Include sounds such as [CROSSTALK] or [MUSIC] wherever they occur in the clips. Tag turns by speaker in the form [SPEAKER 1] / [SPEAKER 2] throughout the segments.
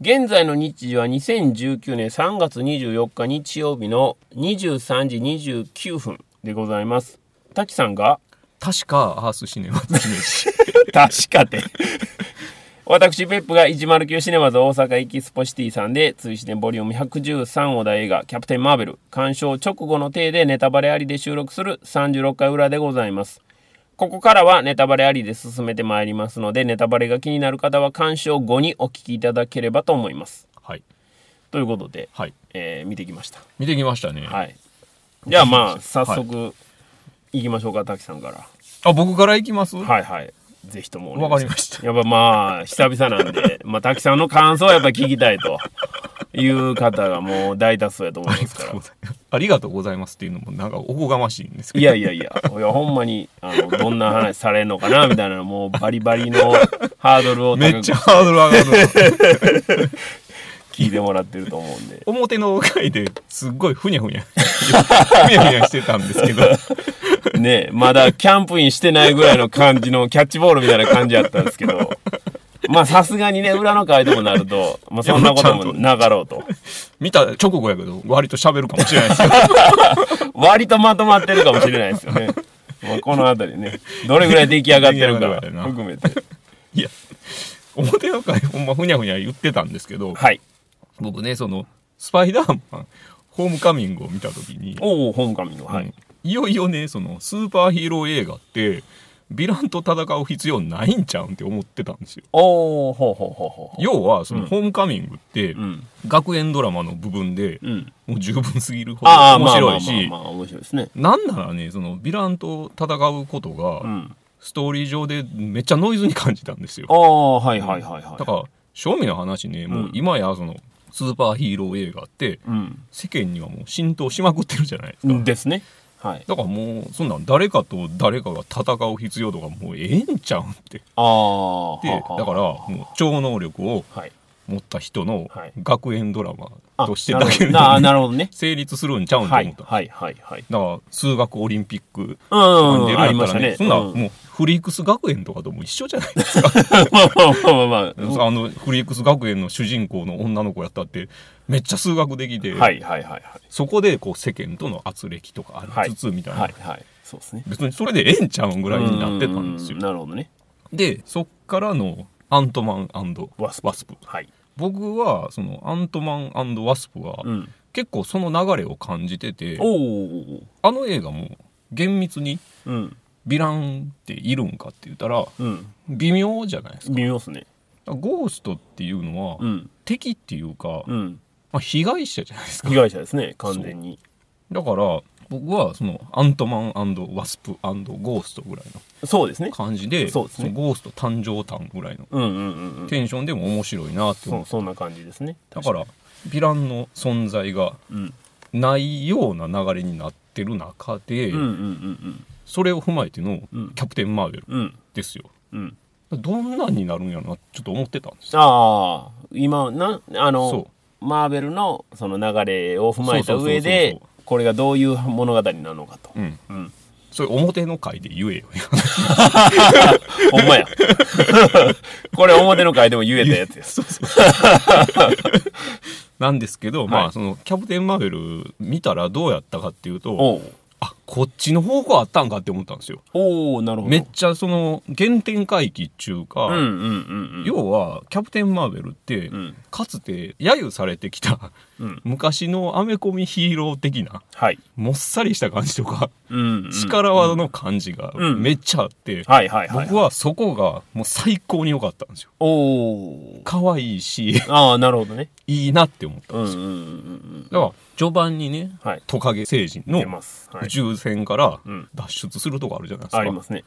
[SPEAKER 1] 現在の日時は2019年3月24日日曜日の23時29分でございます。滝さんが
[SPEAKER 2] 確かアースシネマズ姫
[SPEAKER 1] [LAUGHS]
[SPEAKER 2] 路
[SPEAKER 1] 確かで。 [LAUGHS] 私、ペップが109シネマズ大阪エキスポシティさんで、追試でボリューム113を題映画、キャプテンマーベル、鑑賞直後の体でネタバレありで収録する36回裏でございます。ここからはネタバレありで進めてまいりますので、ネタバレが気になる方は鑑賞後にお聞きいただければと思います。
[SPEAKER 2] はい
[SPEAKER 1] ということで、
[SPEAKER 2] はい
[SPEAKER 1] えー見てきました。
[SPEAKER 2] 見てきましたね、
[SPEAKER 1] はい。じゃあまあ、早
[SPEAKER 2] はい
[SPEAKER 1] 速、行きましょうか、滝さんから。
[SPEAKER 2] あ僕からいきますわ、
[SPEAKER 1] はいはい。ぜひともお願いし
[SPEAKER 2] か
[SPEAKER 1] ます
[SPEAKER 2] りました
[SPEAKER 1] やっぱまあ、久々なんで、 [LAUGHS] まあ、滝さんの感想をやっぱ聞きたいという方がもう大多数やと思いますから。
[SPEAKER 2] [LAUGHS] ありがとうございますっていうのもなんかおこがましいんですけ
[SPEAKER 1] い
[SPEAKER 2] ど
[SPEAKER 1] やいやいや、いやほんまに、あの、どんな話されるのかな、みたいな、もうバリバリのハードルを
[SPEAKER 2] め
[SPEAKER 1] 高
[SPEAKER 2] っ
[SPEAKER 1] く
[SPEAKER 2] ちゃハードル上がるな
[SPEAKER 1] 聞いてもらってると思うんで。
[SPEAKER 2] [LAUGHS] 表の回ですっごいふにゃ
[SPEAKER 1] [LAUGHS]
[SPEAKER 2] ふにゃふにゃふにゃしてたんですけど
[SPEAKER 1] [LAUGHS] ねえまだキャンプインしてないぐらいの感じのキャッチボールみたいな感じやったんですけど、まあさすがにね、裏の会でもなると、まあそんなこともなかろうと。
[SPEAKER 2] 見た直後やけど割と喋るかもしれないで
[SPEAKER 1] [LAUGHS]
[SPEAKER 2] すよ
[SPEAKER 1] 割とまとまってるかもしれないですよね。まあこの辺りね、どれぐらい出来上がってるか含めて。
[SPEAKER 2] いや表の回ほんまふにゃふにゃ言ってたんですけど
[SPEAKER 1] はい。
[SPEAKER 2] 僕ねそのスパイダーマンホームカミングを見た時に
[SPEAKER 1] おお、ホームカミング。は
[SPEAKER 2] う
[SPEAKER 1] い
[SPEAKER 2] ん。いよいよねそのスーパーヒーロー映画ってヴィランと戦う必要ないんちゃうんって思ってたんですよ
[SPEAKER 1] おお、ほうほうほうほう。
[SPEAKER 2] 要はそ
[SPEAKER 1] うん
[SPEAKER 2] のホームカミングって
[SPEAKER 1] うん。
[SPEAKER 2] 学園ドラマの部分で
[SPEAKER 1] うん。
[SPEAKER 2] もう十分すぎるほど
[SPEAKER 1] ああ、
[SPEAKER 2] 面
[SPEAKER 1] まあまあ
[SPEAKER 2] 白い
[SPEAKER 1] まあ
[SPEAKER 2] し
[SPEAKER 1] まあ、面白いですね。
[SPEAKER 2] なんならねそのヴィランと戦うこと
[SPEAKER 1] う
[SPEAKER 2] が
[SPEAKER 1] ん。
[SPEAKER 2] ストーリー上でめっちゃノイズに感じたんですよ
[SPEAKER 1] ああ、はいはいはいはい。
[SPEAKER 2] だから正味の話ねも
[SPEAKER 1] うん
[SPEAKER 2] う今やそのスーパーヒーロー映画って
[SPEAKER 1] うん。
[SPEAKER 2] 世間にはもう浸透しまくってるじゃないですか
[SPEAKER 1] ですね。はい。
[SPEAKER 2] だからもうそんなん誰かと誰かが戦う必要とかもうええんちゃうんって
[SPEAKER 1] ああ、は
[SPEAKER 2] で
[SPEAKER 1] あ
[SPEAKER 2] だ
[SPEAKER 1] はあ
[SPEAKER 2] からもう超能力を
[SPEAKER 1] はい。
[SPEAKER 2] 持った人の
[SPEAKER 1] はい
[SPEAKER 2] 学園ドラマ
[SPEAKER 1] あ
[SPEAKER 2] としてだけで
[SPEAKER 1] なるほどななるほどね。
[SPEAKER 2] 成立するんちゃうんと
[SPEAKER 1] は
[SPEAKER 2] 思っ
[SPEAKER 1] い
[SPEAKER 2] た、
[SPEAKER 1] はいはいはい。
[SPEAKER 2] だから数学オリンピック
[SPEAKER 1] う
[SPEAKER 2] とかに
[SPEAKER 1] ん、
[SPEAKER 2] 出
[SPEAKER 1] あ
[SPEAKER 2] る
[SPEAKER 1] り
[SPEAKER 2] ん
[SPEAKER 1] ま
[SPEAKER 2] や
[SPEAKER 1] し
[SPEAKER 2] っ
[SPEAKER 1] たた
[SPEAKER 2] ら
[SPEAKER 1] ね
[SPEAKER 2] ね。そんなん
[SPEAKER 1] うん
[SPEAKER 2] もうフリークス学園とかとも一緒じゃないですか
[SPEAKER 1] まあまあまあまあま
[SPEAKER 2] あのフリークス学園の主人公の女の子やったってめっちゃ数学できて、
[SPEAKER 1] あ。はいはいはいはい。
[SPEAKER 2] そこでこう世間との圧力とかありつつみたいな、
[SPEAKER 1] はいはい。そうですね。
[SPEAKER 2] 別にそれでええんちゃうんぐらいになってたんですよ
[SPEAKER 1] うなるほどね。
[SPEAKER 2] でそっからのアントマン
[SPEAKER 1] ワ
[SPEAKER 2] ワ
[SPEAKER 1] ス
[SPEAKER 2] ス
[SPEAKER 1] プ
[SPEAKER 2] プ
[SPEAKER 1] はい。
[SPEAKER 2] 僕はそのアントマンワスプは
[SPEAKER 1] うん。
[SPEAKER 2] 結構その流れを感じてて、
[SPEAKER 1] おお。
[SPEAKER 2] あの映画も厳密に
[SPEAKER 1] うん。
[SPEAKER 2] ヴィランっているんかって言ったら
[SPEAKER 1] うん。
[SPEAKER 2] 微妙じゃないですか
[SPEAKER 1] 微妙っすね。
[SPEAKER 2] ゴーストっていうのは、
[SPEAKER 1] うん。
[SPEAKER 2] 敵っていうか、
[SPEAKER 1] うん。
[SPEAKER 2] まあ、被害者じゃないですか
[SPEAKER 1] 被害者ですね、完全に。
[SPEAKER 2] だから僕はそのアントマンワスプゴーストぐらい
[SPEAKER 1] そうですね
[SPEAKER 2] の。感じで
[SPEAKER 1] そうですね
[SPEAKER 2] のゴースト誕生誕ぐらいの
[SPEAKER 1] うんうんうんうん。
[SPEAKER 2] テンションでも面白いなって
[SPEAKER 1] そ
[SPEAKER 2] 思っ
[SPEAKER 1] うそんな感じですね。
[SPEAKER 2] だからヴィランの存在が
[SPEAKER 1] うん。
[SPEAKER 2] ないような流れになってる中で、
[SPEAKER 1] うんうんうん
[SPEAKER 2] それを踏まえての
[SPEAKER 1] うん
[SPEAKER 2] キャプテン・マーベル
[SPEAKER 1] うん。うん。
[SPEAKER 2] ですよ
[SPEAKER 1] うん。
[SPEAKER 2] どんなんになるんやろなちょっと思ってたんですよ
[SPEAKER 1] ああ、今、な、あの
[SPEAKER 2] そ、
[SPEAKER 1] マーベルのその流れを踏まえた上
[SPEAKER 2] そうそうそう
[SPEAKER 1] で
[SPEAKER 2] そう、
[SPEAKER 1] これがどういう物語なのかと。
[SPEAKER 2] う、うん、
[SPEAKER 1] うん。
[SPEAKER 2] それ表の回で言えよ
[SPEAKER 1] ほんまや。 [LAUGHS] これ表の回でも言えたやつや。
[SPEAKER 2] [LAUGHS] そうそうなんですけど、ま
[SPEAKER 1] はい
[SPEAKER 2] あそのキャプテン・マーベル見たらどうやったかっていうと
[SPEAKER 1] おう
[SPEAKER 2] あこっちの方向あったんかって思ったんですよ
[SPEAKER 1] おおなるほど。
[SPEAKER 2] めっちゃその原点回帰っちゅうか、
[SPEAKER 1] うんうんうんうん。
[SPEAKER 2] 要はキャプテン・マーベルって、
[SPEAKER 1] うん
[SPEAKER 2] かつて揶揄されてきた
[SPEAKER 1] うん。
[SPEAKER 2] 昔のアメコミヒーロー的な
[SPEAKER 1] はい。
[SPEAKER 2] もっさりした感じとか
[SPEAKER 1] うんうんうん
[SPEAKER 2] 力技の感じが
[SPEAKER 1] うん
[SPEAKER 2] めっちゃあって
[SPEAKER 1] はいはいはい。
[SPEAKER 2] 僕はそこがもう最高に良かったんですよ
[SPEAKER 1] おお。
[SPEAKER 2] 可愛いし [LAUGHS]
[SPEAKER 1] ああ、なるほどね。
[SPEAKER 2] いいなって思った
[SPEAKER 1] うんうんうんうん。
[SPEAKER 2] だから序盤にね
[SPEAKER 1] はい。
[SPEAKER 2] トカゲ星人の
[SPEAKER 1] 出ます。は
[SPEAKER 2] 宇
[SPEAKER 1] い。
[SPEAKER 2] 宙船から
[SPEAKER 1] うん。
[SPEAKER 2] 脱出するとこあるじゃないです
[SPEAKER 1] ありま
[SPEAKER 2] か
[SPEAKER 1] すね。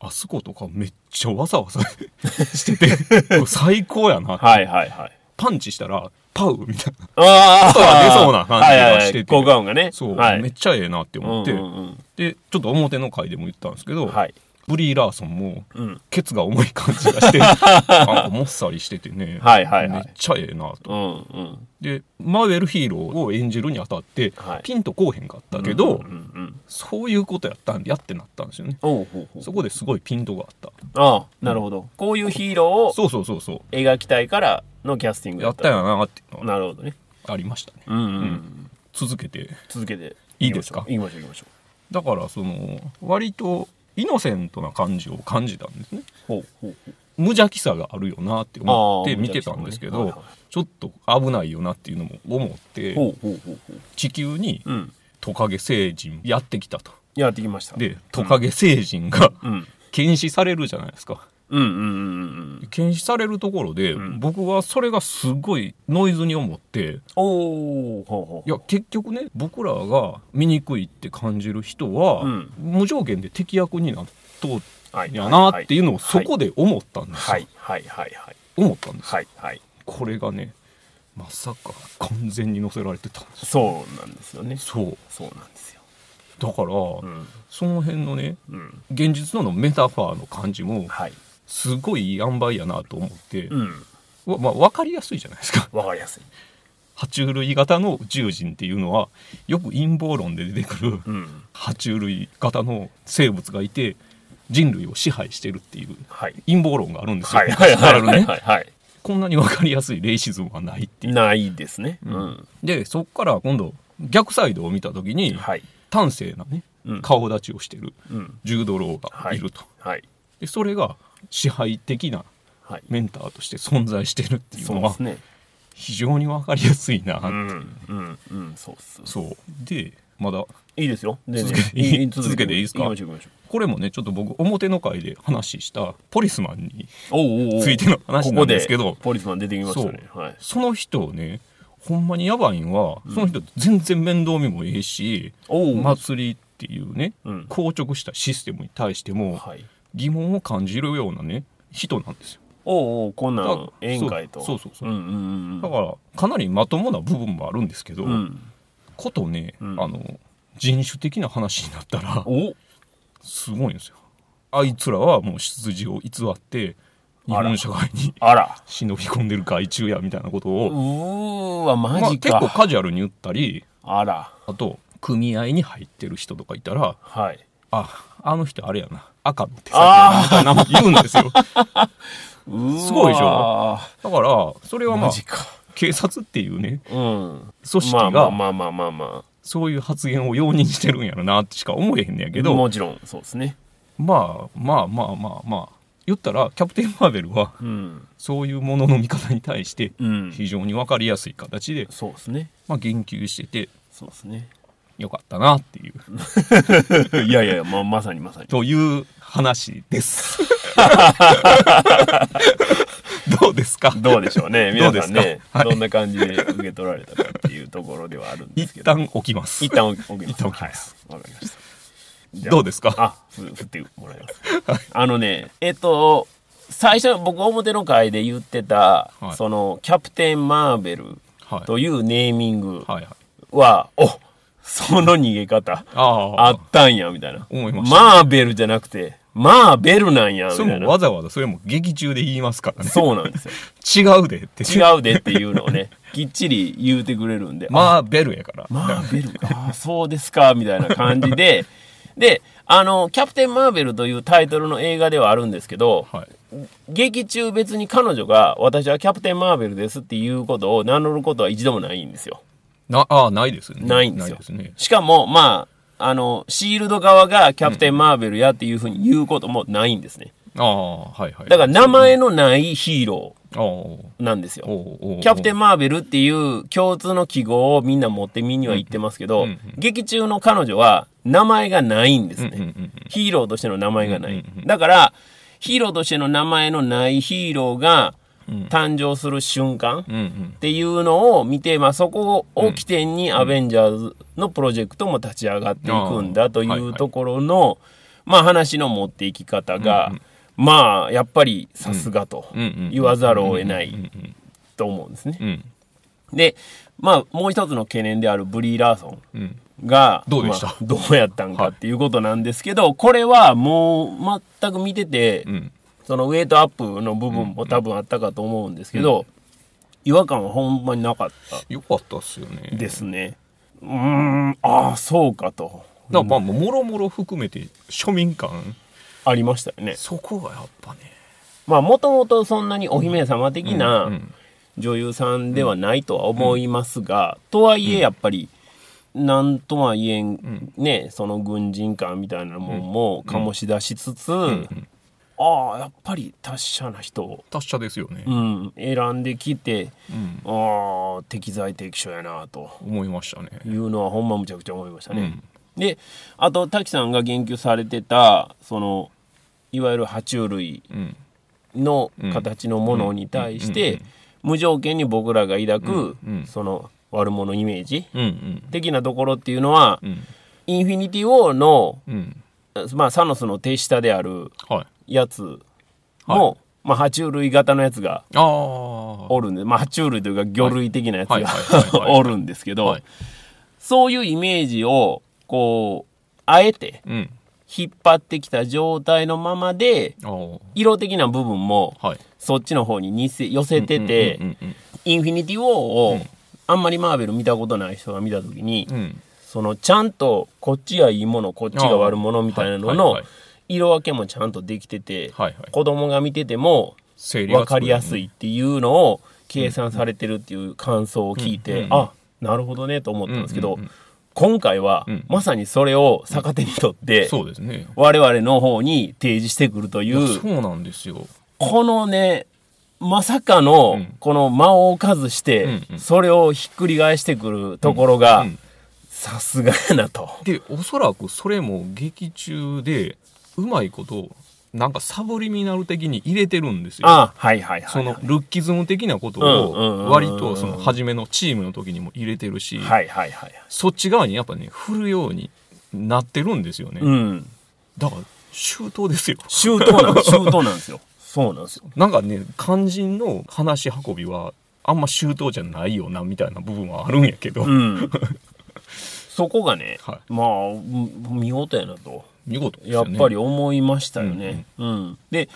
[SPEAKER 2] あそことかめっちゃわ
[SPEAKER 1] [LAUGHS]
[SPEAKER 2] さわさしてて最高やな
[SPEAKER 1] はいはいはい。
[SPEAKER 2] パンチしたらパウみたいな
[SPEAKER 1] あ
[SPEAKER 2] 音が出そうな感じが
[SPEAKER 1] はいはいは
[SPEAKER 2] し
[SPEAKER 1] い
[SPEAKER 2] てて
[SPEAKER 1] 効果音がね。
[SPEAKER 2] そう
[SPEAKER 1] はい。
[SPEAKER 2] めっちゃええなって思って
[SPEAKER 1] うんうん
[SPEAKER 2] でちょっと表の回でも言ったんですけ
[SPEAKER 1] う
[SPEAKER 2] ど
[SPEAKER 1] ん。はい。
[SPEAKER 2] ブリー・ラーソンも
[SPEAKER 1] うん。
[SPEAKER 2] ケツが重い感じがし
[SPEAKER 1] [LAUGHS]
[SPEAKER 2] てなんかもっさりしててね、
[SPEAKER 1] はいはいは
[SPEAKER 2] めっ
[SPEAKER 1] い。
[SPEAKER 2] ちゃええなと
[SPEAKER 1] うんうん。
[SPEAKER 2] でマーベルヒーローを演じるにあたって、
[SPEAKER 1] はい
[SPEAKER 2] ピンとこうへんかったけど、
[SPEAKER 1] うんうん。
[SPEAKER 2] そういうことやったんやってなったんですよね
[SPEAKER 1] おうほうほう。
[SPEAKER 2] そこですごいピントがあった
[SPEAKER 1] ああ、なるほど。こういうヒーローを
[SPEAKER 2] そうそうそうそう
[SPEAKER 1] 描きたいから、のキャスティング
[SPEAKER 2] や
[SPEAKER 1] だ
[SPEAKER 2] ったよなっていうのは
[SPEAKER 1] なるほどね
[SPEAKER 2] ありましたね
[SPEAKER 1] うん、うん
[SPEAKER 2] 続けて
[SPEAKER 1] 続けて
[SPEAKER 2] いいですか
[SPEAKER 1] いきましょういきましょ
[SPEAKER 2] だからその割とイノセントな感じを感じたんですね
[SPEAKER 1] うほうほうほう
[SPEAKER 2] 無邪気さがあるよなって思って
[SPEAKER 1] あー
[SPEAKER 2] 見てたんですけ
[SPEAKER 1] 無邪気さね
[SPEAKER 2] ど、
[SPEAKER 1] はいは
[SPEAKER 2] ちょっと危ないよなっていうのも思って
[SPEAKER 1] ほうほうほうほう
[SPEAKER 2] 地球に
[SPEAKER 1] うん
[SPEAKER 2] トカゲ星人やってきたと
[SPEAKER 1] やってきました
[SPEAKER 2] でトカゲ星人が
[SPEAKER 1] うん
[SPEAKER 2] 検視されるじゃないですか
[SPEAKER 1] うんうんうんうんうん
[SPEAKER 2] 検視されるところで、
[SPEAKER 1] ん
[SPEAKER 2] 僕はそれがすごいノイズに思って
[SPEAKER 1] おおほうほ
[SPEAKER 2] いや結局ね僕らが醜いって感じる人は、
[SPEAKER 1] うん
[SPEAKER 2] 無条件で敵役になっとう
[SPEAKER 1] うはい
[SPEAKER 2] んやなっていうのをそこ
[SPEAKER 1] で
[SPEAKER 2] で思ったんですよ、
[SPEAKER 1] はいはいはいはい
[SPEAKER 2] 思ったんですよ
[SPEAKER 1] はいはい
[SPEAKER 2] これがねまさか完全に乗せられてたんです
[SPEAKER 1] そ
[SPEAKER 2] よ
[SPEAKER 1] うなんですよね
[SPEAKER 2] そう
[SPEAKER 1] そうなんですよ
[SPEAKER 2] だから、
[SPEAKER 1] ん
[SPEAKER 2] その辺のね
[SPEAKER 1] うん
[SPEAKER 2] 現実とのメタファーの感じも
[SPEAKER 1] はい
[SPEAKER 2] すごいいい塩梅やなと思って、
[SPEAKER 1] うん
[SPEAKER 2] わまあ、分かりやすいじゃないですか [LAUGHS]
[SPEAKER 1] わかりやすい
[SPEAKER 2] 爬虫類型の宇宙人っていうのはよく陰謀論で出てくる [LAUGHS]
[SPEAKER 1] うん
[SPEAKER 2] 爬虫類型の生物がいて人類を支配してるっていう
[SPEAKER 1] はい
[SPEAKER 2] 陰謀論があるんですよ、
[SPEAKER 1] はいはいはい
[SPEAKER 2] 昔から
[SPEAKER 1] は
[SPEAKER 2] の
[SPEAKER 1] い
[SPEAKER 2] ね
[SPEAKER 1] はいはい
[SPEAKER 2] こんなに分かりやすいレイシズムはないっていう
[SPEAKER 1] ないですねうん、
[SPEAKER 2] でそっから今度逆サイドを見た時に、
[SPEAKER 1] はい
[SPEAKER 2] 端正なね
[SPEAKER 1] うん
[SPEAKER 2] 顔立ちをしてる
[SPEAKER 1] うん
[SPEAKER 2] ジュード・ローがいると、
[SPEAKER 1] はい
[SPEAKER 2] でそれが支配的な
[SPEAKER 1] はい
[SPEAKER 2] メンターとして存在してるっていう
[SPEAKER 1] そう
[SPEAKER 2] の
[SPEAKER 1] で
[SPEAKER 2] は
[SPEAKER 1] すね
[SPEAKER 2] 非常に分かりやすいな、
[SPEAKER 1] うんうんうんそうっす
[SPEAKER 2] そうでまだ
[SPEAKER 1] いいですよ全然
[SPEAKER 2] 続けて
[SPEAKER 1] いい
[SPEAKER 2] 続けていいですか
[SPEAKER 1] 行きましょう行きましょう
[SPEAKER 2] これもねちょっと僕表の回で話したポリスマンに
[SPEAKER 1] おうおうおう
[SPEAKER 2] ついての話なんですけど
[SPEAKER 1] ここでポリスマン出てきましたねはい
[SPEAKER 2] その人をねほんまにやばいんはその人全然面倒見もええし、
[SPEAKER 1] おう
[SPEAKER 2] 祭りっていうね、
[SPEAKER 1] うん
[SPEAKER 2] 硬直したシステムに対しても
[SPEAKER 1] はい
[SPEAKER 2] 疑問を感じるようなね人なんですよ
[SPEAKER 1] おうおうこんな
[SPEAKER 2] だから
[SPEAKER 1] ん宴会と
[SPEAKER 2] そうそうそうそう
[SPEAKER 1] うんうんうん
[SPEAKER 2] だからかなりまともな部分もあるんですけど、
[SPEAKER 1] うん
[SPEAKER 2] ことね、
[SPEAKER 1] ん
[SPEAKER 2] あの人種的な話になったら
[SPEAKER 1] お
[SPEAKER 2] すごいんですよあいつらはもう出自を偽って日
[SPEAKER 1] あら
[SPEAKER 2] 本社会に
[SPEAKER 1] あら
[SPEAKER 2] 忍び込んでる害虫やみたいなこと
[SPEAKER 1] うー
[SPEAKER 2] を、
[SPEAKER 1] わマ
[SPEAKER 2] まあ、
[SPEAKER 1] ジ
[SPEAKER 2] 結
[SPEAKER 1] か、
[SPEAKER 2] 構カジュアルに言ったり
[SPEAKER 1] あら
[SPEAKER 2] あと組合に入ってる人とかいたら
[SPEAKER 1] はい
[SPEAKER 2] ああの人あれやな赤の手先やなみたいなの言うんですよ
[SPEAKER 1] うーわ
[SPEAKER 2] すごいでしょだからそれはま
[SPEAKER 1] マ
[SPEAKER 2] あ
[SPEAKER 1] ジか
[SPEAKER 2] 警察っていうね
[SPEAKER 1] うん
[SPEAKER 2] 組織
[SPEAKER 1] まあまあ
[SPEAKER 2] が
[SPEAKER 1] まあまあまあま
[SPEAKER 2] そういう発言を容認してるんやろなってしか思えへんねや
[SPEAKER 1] あ
[SPEAKER 2] けど、
[SPEAKER 1] もちろんそうですね
[SPEAKER 2] まあまあまあまあまあ言ったらキャプテン・マーベルは
[SPEAKER 1] うん
[SPEAKER 2] そういうものの見方に対して
[SPEAKER 1] うん
[SPEAKER 2] 非常に分かりやすい形で、
[SPEAKER 1] そうですね
[SPEAKER 2] まあ、言及してて
[SPEAKER 1] そうですね
[SPEAKER 2] よかったなってい
[SPEAKER 1] [LAUGHS]
[SPEAKER 2] う
[SPEAKER 1] いやいやいやままさにまさに
[SPEAKER 2] という話です。 [LAUGHS] どうですか
[SPEAKER 1] どうでしょう
[SPEAKER 2] [LAUGHS]
[SPEAKER 1] ね
[SPEAKER 2] どう
[SPEAKER 1] 皆
[SPEAKER 2] で
[SPEAKER 1] さ
[SPEAKER 2] す
[SPEAKER 1] ん
[SPEAKER 2] か
[SPEAKER 1] ねど,、んな感じで受け取られたかっていうところではあるんですけ
[SPEAKER 2] 一
[SPEAKER 1] ど
[SPEAKER 2] 旦起きます。
[SPEAKER 1] 一旦置きます
[SPEAKER 2] 一旦置きます
[SPEAKER 1] はいわ、かりましたじゃあ
[SPEAKER 2] どうですか
[SPEAKER 1] あふ振ってもらい
[SPEAKER 2] [LAUGHS]
[SPEAKER 1] ますあのねえっと最初僕表の回で言ってた、
[SPEAKER 2] はい
[SPEAKER 1] そのキャプテン・マーベル
[SPEAKER 2] はい。
[SPEAKER 1] というネーミング
[SPEAKER 2] はいはい。
[SPEAKER 1] は、おその逃げ方
[SPEAKER 2] ああ。
[SPEAKER 1] あったんやみたいな
[SPEAKER 2] 思いました
[SPEAKER 1] マーベルじゃなくてマーベルなんやみ
[SPEAKER 2] そ
[SPEAKER 1] た
[SPEAKER 2] れ
[SPEAKER 1] い
[SPEAKER 2] もわ
[SPEAKER 1] な
[SPEAKER 2] ざわざそれも劇中で言いますからね。
[SPEAKER 1] そうなんですよ
[SPEAKER 2] 違うでって。 [LAUGHS]
[SPEAKER 1] 違うでっていうのをねきっちり言うてくれるんで、
[SPEAKER 2] マーベルやから。
[SPEAKER 1] あマーベルかあそうですかみたいな感じ
[SPEAKER 2] [LAUGHS]
[SPEAKER 1] でであの「キャプテン・マーベル」というタイトルの映画ではあるんですけど、
[SPEAKER 2] はい。
[SPEAKER 1] 劇中別に彼女が「私はキャプテン・マーベルです」っていうことを名乗ることは一度もないんですよ。
[SPEAKER 2] な、ああ、ないですよね。
[SPEAKER 1] ないんですよ
[SPEAKER 2] ね。
[SPEAKER 1] しかもまああのシールド側がキャプテン・マーベルやっていうふうに言うこともないんですね。
[SPEAKER 2] ああ、はいはい。
[SPEAKER 1] だから名前のないヒーロ
[SPEAKER 2] ああ、お
[SPEAKER 1] ーなんですよ。
[SPEAKER 2] うおう
[SPEAKER 1] キャプテン・
[SPEAKER 2] マ
[SPEAKER 1] マーベルっていう共通の記号をみんな持って見には行ってますけど、
[SPEAKER 2] うんうん
[SPEAKER 1] 劇中の彼女は名前がないんですね、
[SPEAKER 2] うんうんうん
[SPEAKER 1] ヒーローとしての名前がない、
[SPEAKER 2] うんうんうん
[SPEAKER 1] だからヒーローとしての名前のないヒーローが
[SPEAKER 2] うん
[SPEAKER 1] 誕生する瞬間っ
[SPEAKER 2] うんうん。
[SPEAKER 1] ていうのを見て、まあ、そこを起点にアベンジャーズのプロジェクトも立ち上がっていくんだと
[SPEAKER 2] あーはい
[SPEAKER 1] い
[SPEAKER 2] は
[SPEAKER 1] う
[SPEAKER 2] い
[SPEAKER 1] ところの、まあ、話の持っていき方が、
[SPEAKER 2] うんう
[SPEAKER 1] まあやっぱりさすがと
[SPEAKER 2] うんうん
[SPEAKER 1] 言わざるを得な
[SPEAKER 2] う
[SPEAKER 1] い
[SPEAKER 2] んうん
[SPEAKER 1] と思うんですね。
[SPEAKER 2] うん。
[SPEAKER 1] で、まあ、もう一つの懸念であるブリー・ラーソ
[SPEAKER 2] うんうん。
[SPEAKER 1] ンが、
[SPEAKER 2] どうでした
[SPEAKER 1] まあどうやったん
[SPEAKER 2] は
[SPEAKER 1] か
[SPEAKER 2] い
[SPEAKER 1] っていうことなんですけど、これはもう全く見てて、
[SPEAKER 2] うん。
[SPEAKER 1] そのウェイトアップの部分も多分あったかと思うんですけど、違和感はほんまになかっ
[SPEAKER 2] よかったっすよね。
[SPEAKER 1] たですね。うーん、ああ、そうかと、
[SPEAKER 2] だからまあもろもろ含めて庶民感
[SPEAKER 1] ありましたよね。
[SPEAKER 2] そこがやっぱね
[SPEAKER 1] まあ、もともとそんなにお姫様的な女優さんではないとは思いますが、とはいえやっぱり、なんとは言えん、ね、その軍人感みたいなもんも醸し出しつつ、ああ、やっぱり達者な人を、
[SPEAKER 2] 達者ですよね
[SPEAKER 1] う、ん、選んできて、
[SPEAKER 2] うん
[SPEAKER 1] ああ、適材適所やなと
[SPEAKER 2] 思いましたね
[SPEAKER 1] いうのはほんまむちゃくちゃ思いましたね。であと滝さんが言及されてたそのいわゆる爬虫類
[SPEAKER 2] うん
[SPEAKER 1] の形のものに対し
[SPEAKER 2] うんうん
[SPEAKER 1] て無条件に僕らが抱く
[SPEAKER 2] うんうん
[SPEAKER 1] その悪者イメージ
[SPEAKER 2] うんうん
[SPEAKER 1] 的なところっていうのは
[SPEAKER 2] うん
[SPEAKER 1] インフィニティ・ウォーの、
[SPEAKER 2] うん
[SPEAKER 1] まあ、サノスの手下である
[SPEAKER 2] はい
[SPEAKER 1] やつ
[SPEAKER 2] は
[SPEAKER 1] も、まあ、爬虫類型のやつが
[SPEAKER 2] ああは
[SPEAKER 1] おるんで、まあ、爬虫類というか魚類的なやつ
[SPEAKER 2] はい
[SPEAKER 1] が
[SPEAKER 2] はいはいは
[SPEAKER 1] [LAUGHS]
[SPEAKER 2] い
[SPEAKER 1] おるんですけど、
[SPEAKER 2] はい
[SPEAKER 1] そういうイメージをこうあえて
[SPEAKER 2] うん
[SPEAKER 1] 引っ張ってきた状態のままで
[SPEAKER 2] ああ
[SPEAKER 1] 色的な部分も
[SPEAKER 2] はい
[SPEAKER 1] そっちの方に似せ寄せてて、
[SPEAKER 2] うんうん
[SPEAKER 1] インフィニティ・ウォーをあんまりマーベル見たことない人が見た時に、
[SPEAKER 2] うんうん
[SPEAKER 1] そのちゃんとこっちがいいものこっちが悪者みたいなの
[SPEAKER 2] はいはいは
[SPEAKER 1] の
[SPEAKER 2] い
[SPEAKER 1] 色分けもちゃんとできてて、
[SPEAKER 2] はいはい
[SPEAKER 1] 子供が見てても
[SPEAKER 2] 整理が
[SPEAKER 1] 分
[SPEAKER 2] つく
[SPEAKER 1] かりやすいっていうのを計算されてるっていう感想を聞いて、あなるほどねと思ったんですけど、
[SPEAKER 2] うんうんうん
[SPEAKER 1] 今回は
[SPEAKER 2] うん
[SPEAKER 1] まさにそれを逆手にとって、
[SPEAKER 2] そうですね
[SPEAKER 1] 我々の方に提示してくるとい
[SPEAKER 2] いうやそうなんですよ
[SPEAKER 1] このねまさか
[SPEAKER 2] う
[SPEAKER 1] の
[SPEAKER 2] ん
[SPEAKER 1] この間を置かずし
[SPEAKER 2] うん
[SPEAKER 1] て
[SPEAKER 2] うん
[SPEAKER 1] それをひっくり返してくるところが
[SPEAKER 2] うん
[SPEAKER 1] さすがやなと。
[SPEAKER 2] でおそらくそれも劇中でうまいことなんかサブリミナル的に入れてるんですよ
[SPEAKER 1] あはいはいは
[SPEAKER 2] そ
[SPEAKER 1] いは
[SPEAKER 2] の
[SPEAKER 1] い。
[SPEAKER 2] ルッキズム的なこと
[SPEAKER 1] うんうんうんうん
[SPEAKER 2] を割とその初めのチームの時にも入れてるし、
[SPEAKER 1] はいはいはい。
[SPEAKER 2] そっち側にやっぱね振るようになってるんですよね、
[SPEAKER 1] うん。
[SPEAKER 2] だから周到ですよ
[SPEAKER 1] 周到なん、周到なんですよ。そうなんですよ。
[SPEAKER 2] なんかね肝心の話し運びはあんま周到じゃないよなみたいな部分はあるんやけど、
[SPEAKER 1] うん。そこがね、
[SPEAKER 2] [LAUGHS] は
[SPEAKER 1] まあ、うん見事やなと。
[SPEAKER 2] 見事です
[SPEAKER 1] や
[SPEAKER 2] よ
[SPEAKER 1] っ
[SPEAKER 2] ね
[SPEAKER 1] ぱり思いましたよね。うん、で、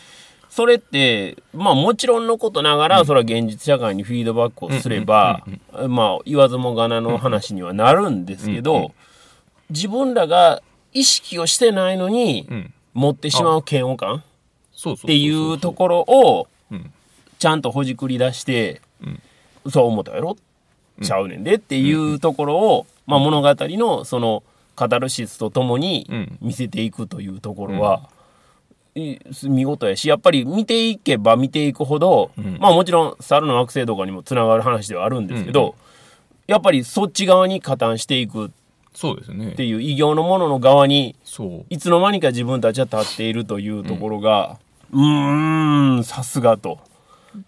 [SPEAKER 1] それって、まあもちろんのことながら、それは現実社会にフィードバックをすれば、まあ言わずもがなの話にはなるんですけど、
[SPEAKER 2] うんうん
[SPEAKER 1] 自分らが意識をしてないのに、
[SPEAKER 2] うん
[SPEAKER 1] 持ってしまう嫌悪感っ
[SPEAKER 2] そうそうそうそう
[SPEAKER 1] ていうところを、
[SPEAKER 2] うん
[SPEAKER 1] ちゃんとほじくり出して、
[SPEAKER 2] うん
[SPEAKER 1] そう思ったやろちゃうねんでっていうところを、まあ、物語のそのカタルシスとともに
[SPEAKER 2] うん
[SPEAKER 1] 見せていくというところは、い見事やしやっぱり見ていけば見ていくほど、
[SPEAKER 2] ん
[SPEAKER 1] まあもちろん猿の惑星とかにもつながる話ではあるんですけど、やっぱりそっち側に加担していくっ
[SPEAKER 2] そうですね
[SPEAKER 1] ていう異形のものの側に
[SPEAKER 2] そう
[SPEAKER 1] いつの間にか自分たちは立っているというところが、うーんさすがと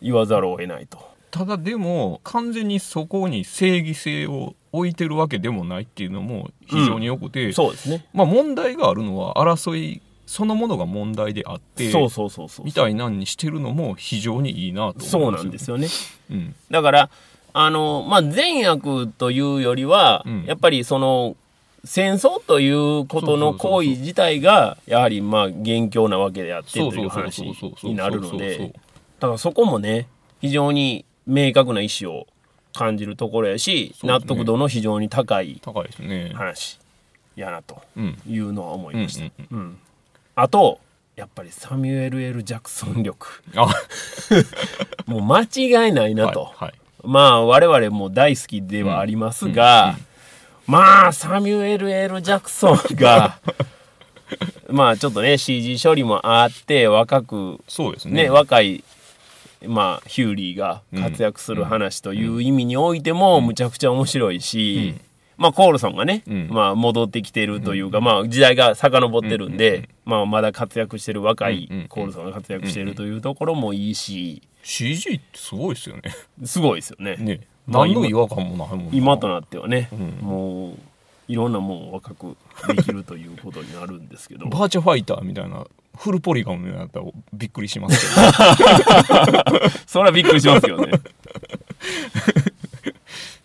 [SPEAKER 1] 言わざるを得ないと。
[SPEAKER 2] ただでも完全にそこに正義性を置いてるわけでもないっていうのも非常によくて、
[SPEAKER 1] そうですね。
[SPEAKER 2] まあ問題があるのは争いそのものが問題であって
[SPEAKER 1] そうそうそうそう
[SPEAKER 2] み。たいなんにしてるのも非常にいいなと
[SPEAKER 1] そ
[SPEAKER 2] 思
[SPEAKER 1] う
[SPEAKER 2] いま
[SPEAKER 1] な
[SPEAKER 2] す
[SPEAKER 1] ん
[SPEAKER 2] よ
[SPEAKER 1] ですよね。
[SPEAKER 2] うん
[SPEAKER 1] だから、あの、まあ、善悪というよりは、
[SPEAKER 2] うん
[SPEAKER 1] やっぱりその、戦争ということの
[SPEAKER 2] そうそうそうそ
[SPEAKER 1] 行
[SPEAKER 2] う
[SPEAKER 1] 為自体が、やはりまあ、元凶なわけであってと
[SPEAKER 2] そう
[SPEAKER 1] い
[SPEAKER 2] そううそう
[SPEAKER 1] 話
[SPEAKER 2] そうそうそう
[SPEAKER 1] になるの
[SPEAKER 2] そうそう
[SPEAKER 1] で、だからそこもね、非常に明確な意思を感じるところやし、
[SPEAKER 2] そうで
[SPEAKER 1] 納
[SPEAKER 2] すね
[SPEAKER 1] 得度の非常に高い
[SPEAKER 2] 高いですね、
[SPEAKER 1] 話やなと
[SPEAKER 2] うんうん
[SPEAKER 1] いうのは思いうま
[SPEAKER 2] ん
[SPEAKER 1] した。うんあと、やっぱりサミュエル・ L ・ジャクソン力。
[SPEAKER 2] [LAUGHS] あ
[SPEAKER 1] もう間違いないなと。
[SPEAKER 2] はいはい
[SPEAKER 1] まあ、我々も大好きではありますが、まあ、サミュエル・ L ・ジャクソン
[SPEAKER 2] [LAUGHS]
[SPEAKER 1] が、まあ、ちょっとね、CG 処理もあって、若く、
[SPEAKER 2] そうですね
[SPEAKER 1] ね、若い、まあ、ヒューリーが活躍する話という意味においても、むちゃくちゃ面白いし、まあ、コールソンがね、
[SPEAKER 2] ん
[SPEAKER 1] まあ、戻ってきてるというか、まあ、時代が遡ってるんで、まあ、まだ活躍してる若
[SPEAKER 2] うんう
[SPEAKER 1] い
[SPEAKER 2] ん
[SPEAKER 1] コールソンが活躍してるというところもいいし、
[SPEAKER 2] CG ってすごいですよね
[SPEAKER 1] すごいですよ [LAUGHS] ね。
[SPEAKER 2] ね
[SPEAKER 1] まあ
[SPEAKER 2] 何の違和感もないもんな
[SPEAKER 1] 今となってはね、もういろんなもんを若くできるということになるんですけど
[SPEAKER 2] バーチャファイターみたいなフルポリゴンのようになったらびっくりします
[SPEAKER 1] [LAUGHS]
[SPEAKER 2] けど
[SPEAKER 1] それはびっくりしますよね [LAUGHS]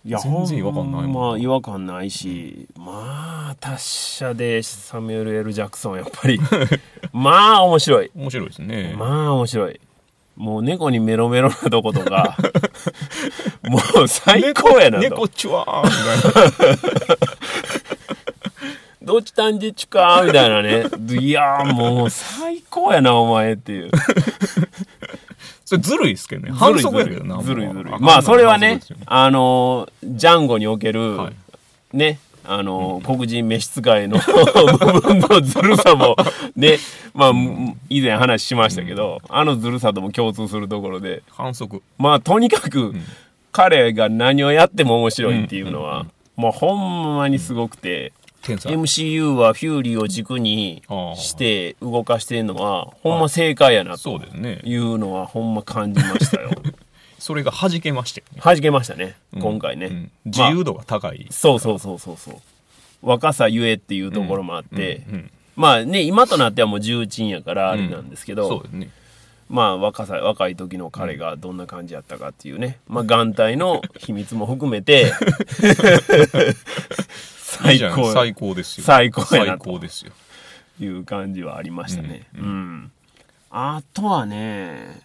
[SPEAKER 1] いや
[SPEAKER 2] 全然違和感ないもん
[SPEAKER 1] まあ違和感ないし、まあ達者でサミュエル・ L ・ジャクソンやっぱり [LAUGHS] まあ面白い
[SPEAKER 2] 面白いですね、
[SPEAKER 1] まあ面白いもう猫にメロメロなとこと
[SPEAKER 2] [LAUGHS]
[SPEAKER 1] かもう最高やなと
[SPEAKER 2] 猫チュワーみたいな
[SPEAKER 1] どっちたんじちかみたいなね。いやーもう最高やな、お前っていう。
[SPEAKER 2] それずるいっすけどね反則やけどな
[SPEAKER 1] ずるいずるい
[SPEAKER 2] もう
[SPEAKER 1] まあそれはね
[SPEAKER 2] 反則ですよ
[SPEAKER 1] あのージャンゴにおける、
[SPEAKER 2] はい
[SPEAKER 1] ねあのー黒人召使いの [LAUGHS] 部分のずるさもねまあ以前話しましたけど、あのずるさとも共通するところで
[SPEAKER 2] 反則
[SPEAKER 1] まあとにかく、彼が何をやっても面白いっていうのは、もうほんまにすごくて。
[SPEAKER 2] 天才
[SPEAKER 1] MCU はフューリーを軸にして動かしてるのはほんま正解やなと
[SPEAKER 2] そうだよね
[SPEAKER 1] いうのはほんま感じましたよ。
[SPEAKER 2] それが弾けまして、ね
[SPEAKER 1] はじけましたね、
[SPEAKER 2] うん
[SPEAKER 1] 今回ね、
[SPEAKER 2] うん自
[SPEAKER 1] まあ
[SPEAKER 2] 由度が高い、
[SPEAKER 1] そうそうそうそうそう若さゆえっていうところもあって、
[SPEAKER 2] うん
[SPEAKER 1] まあね今となってはもう重鎮やからあれなんですけど、
[SPEAKER 2] そうですね
[SPEAKER 1] まあ若さ若い時の彼がどんな感じやったかっていうね、まあ眼帯の秘密も含めて
[SPEAKER 2] [LAUGHS] いい
[SPEAKER 1] 最
[SPEAKER 2] じゃない
[SPEAKER 1] 高
[SPEAKER 2] 最高ですよ
[SPEAKER 1] 最高やなと
[SPEAKER 2] 最高ですよ
[SPEAKER 1] いう感じはありましたね。うん、あとはね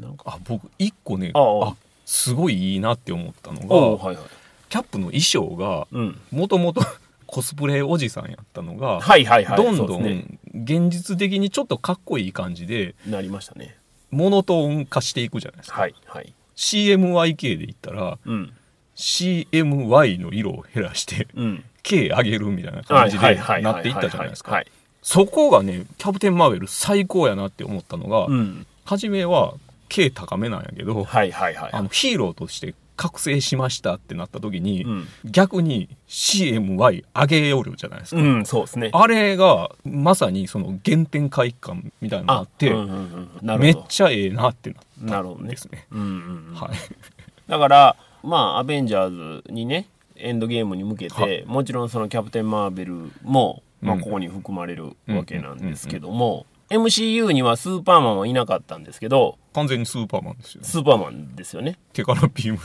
[SPEAKER 1] なんか
[SPEAKER 2] あ僕一個ね
[SPEAKER 1] ああ
[SPEAKER 2] あすごいいいなって思った
[SPEAKER 1] お
[SPEAKER 2] の
[SPEAKER 1] う
[SPEAKER 2] が
[SPEAKER 1] はいはい。
[SPEAKER 2] キャップの衣装が
[SPEAKER 1] うん。
[SPEAKER 2] もともと [LAUGHS] コスプレおじさんやったのが、
[SPEAKER 1] はいはいはい。
[SPEAKER 2] どん
[SPEAKER 1] そう
[SPEAKER 2] ど
[SPEAKER 1] ですね、
[SPEAKER 2] ん現実的にちょっとかっこいい感じで
[SPEAKER 1] なりましたね。
[SPEAKER 2] モノトーン化していくじゃないですか、
[SPEAKER 1] はいはい。
[SPEAKER 2] CMYK で言ったら
[SPEAKER 1] うん。
[SPEAKER 2] CMY の色を減らして
[SPEAKER 1] うん。
[SPEAKER 2] K 上げるみたいな感じでなっていったじゃないですか
[SPEAKER 1] はい。
[SPEAKER 2] そこがねキャプテン・マーベル最高やなって思ったのが、
[SPEAKER 1] うん。
[SPEAKER 2] 初めは K 高めなんやけど、
[SPEAKER 1] はいはいはい。
[SPEAKER 2] あのヒーローとして覚醒しましたってなった時に、
[SPEAKER 1] うん。
[SPEAKER 2] 逆に CMY 上げよるじゃないですか、
[SPEAKER 1] うん、そうですね。
[SPEAKER 2] あれがまさにその原点回帰感みたいなのがあって
[SPEAKER 1] うんうんうん、な
[SPEAKER 2] め
[SPEAKER 1] る
[SPEAKER 2] っ
[SPEAKER 1] ほ
[SPEAKER 2] ちゃええなってなっ
[SPEAKER 1] ど。なるほど
[SPEAKER 2] たん
[SPEAKER 1] ね
[SPEAKER 2] で。すね。
[SPEAKER 1] うんうんうん。
[SPEAKER 2] はい、
[SPEAKER 1] だから、まあ、アベンジャーズにね、エンドゲームに向け
[SPEAKER 2] は
[SPEAKER 1] て、もちろんそのキャプテン・マーベルも、まあ、
[SPEAKER 2] うん
[SPEAKER 1] ここに含まれるわけなんですけども、MCU にはスーパーマンはいなかったんですけど、
[SPEAKER 2] 完全にスーパーマンですよ、ね。
[SPEAKER 1] スーパーマンですよね。
[SPEAKER 2] 手からビーム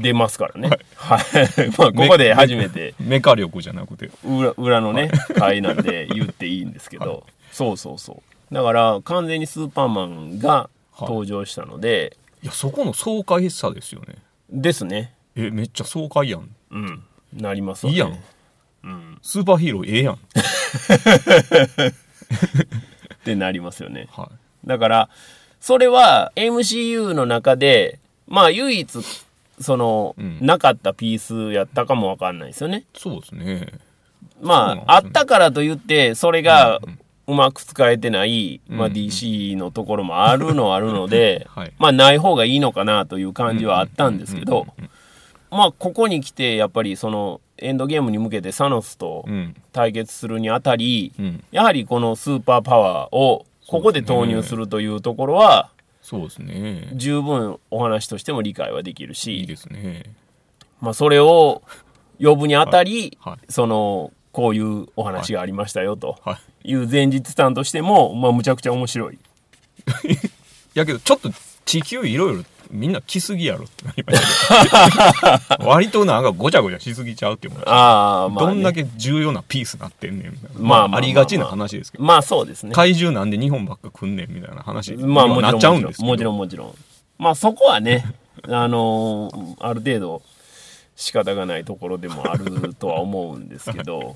[SPEAKER 2] 出ますから
[SPEAKER 1] 出ますからね。はい。 [LAUGHS] まあ、ここで初めて。
[SPEAKER 2] メカ力じゃなくて
[SPEAKER 1] 裏裏のね回なんで言っていいんですけど、そうそうそうだから完全にスーパーマンが登場したので、
[SPEAKER 2] いやそこの爽快さですよね
[SPEAKER 1] ですね
[SPEAKER 2] えめっちゃ爽快やん
[SPEAKER 1] うんなりますわ
[SPEAKER 2] い
[SPEAKER 1] ね
[SPEAKER 2] いやん、スーパーヒーローええやん、
[SPEAKER 1] ってなりますよね
[SPEAKER 2] は
[SPEAKER 1] だからそれは MCU の中でまあ唯一その、
[SPEAKER 2] うん
[SPEAKER 1] なかったピースやったかもわかんないですよね
[SPEAKER 2] い、そうですね
[SPEAKER 1] まあ、あ
[SPEAKER 2] そうなんですよね
[SPEAKER 1] ったからといってそれがうまく使えてない、まあ、DC のところもあるのはあるので、
[SPEAKER 2] [LAUGHS] はい
[SPEAKER 1] まあない方がいいのかなという感じはあったんですけどまあここに来てやっぱりそのエンドゲームに向けてサノスと
[SPEAKER 2] うん
[SPEAKER 1] 対決するにあたり、
[SPEAKER 2] うん
[SPEAKER 1] やはりこのスーパーパワーをここで投入するというところは
[SPEAKER 2] そうですね
[SPEAKER 1] 十分お話としても理解はできるし
[SPEAKER 2] いいですね
[SPEAKER 1] まあ、それを呼ぶにあたり、
[SPEAKER 2] はいはい
[SPEAKER 1] そのこういうお話がありましたよと
[SPEAKER 2] はい
[SPEAKER 1] いう前日談としても、まあ、むちゃくちゃ面白い。
[SPEAKER 2] やけどちょっと地球いろいろみんな来すぎやろってなりました
[SPEAKER 1] [LAUGHS]
[SPEAKER 2] けど割となんかごちゃごちゃしすぎちゃうって思う、
[SPEAKER 1] ああまあ、
[SPEAKER 2] どんだ
[SPEAKER 1] け
[SPEAKER 2] け重要なピースなってんねんみたいな、
[SPEAKER 1] まあまあまあ
[SPEAKER 2] ありがちな話ですけど、
[SPEAKER 1] まあそうですね。
[SPEAKER 2] 怪獣なんで日本ばっか来んねんみたいな話に
[SPEAKER 1] まあもちろん
[SPEAKER 2] なっちゃうんですけど
[SPEAKER 1] もちろんもちろん。まあそこはね [LAUGHS] あのーある程度仕方がないところでもあるとは思うんですけ
[SPEAKER 2] [LAUGHS]
[SPEAKER 1] ど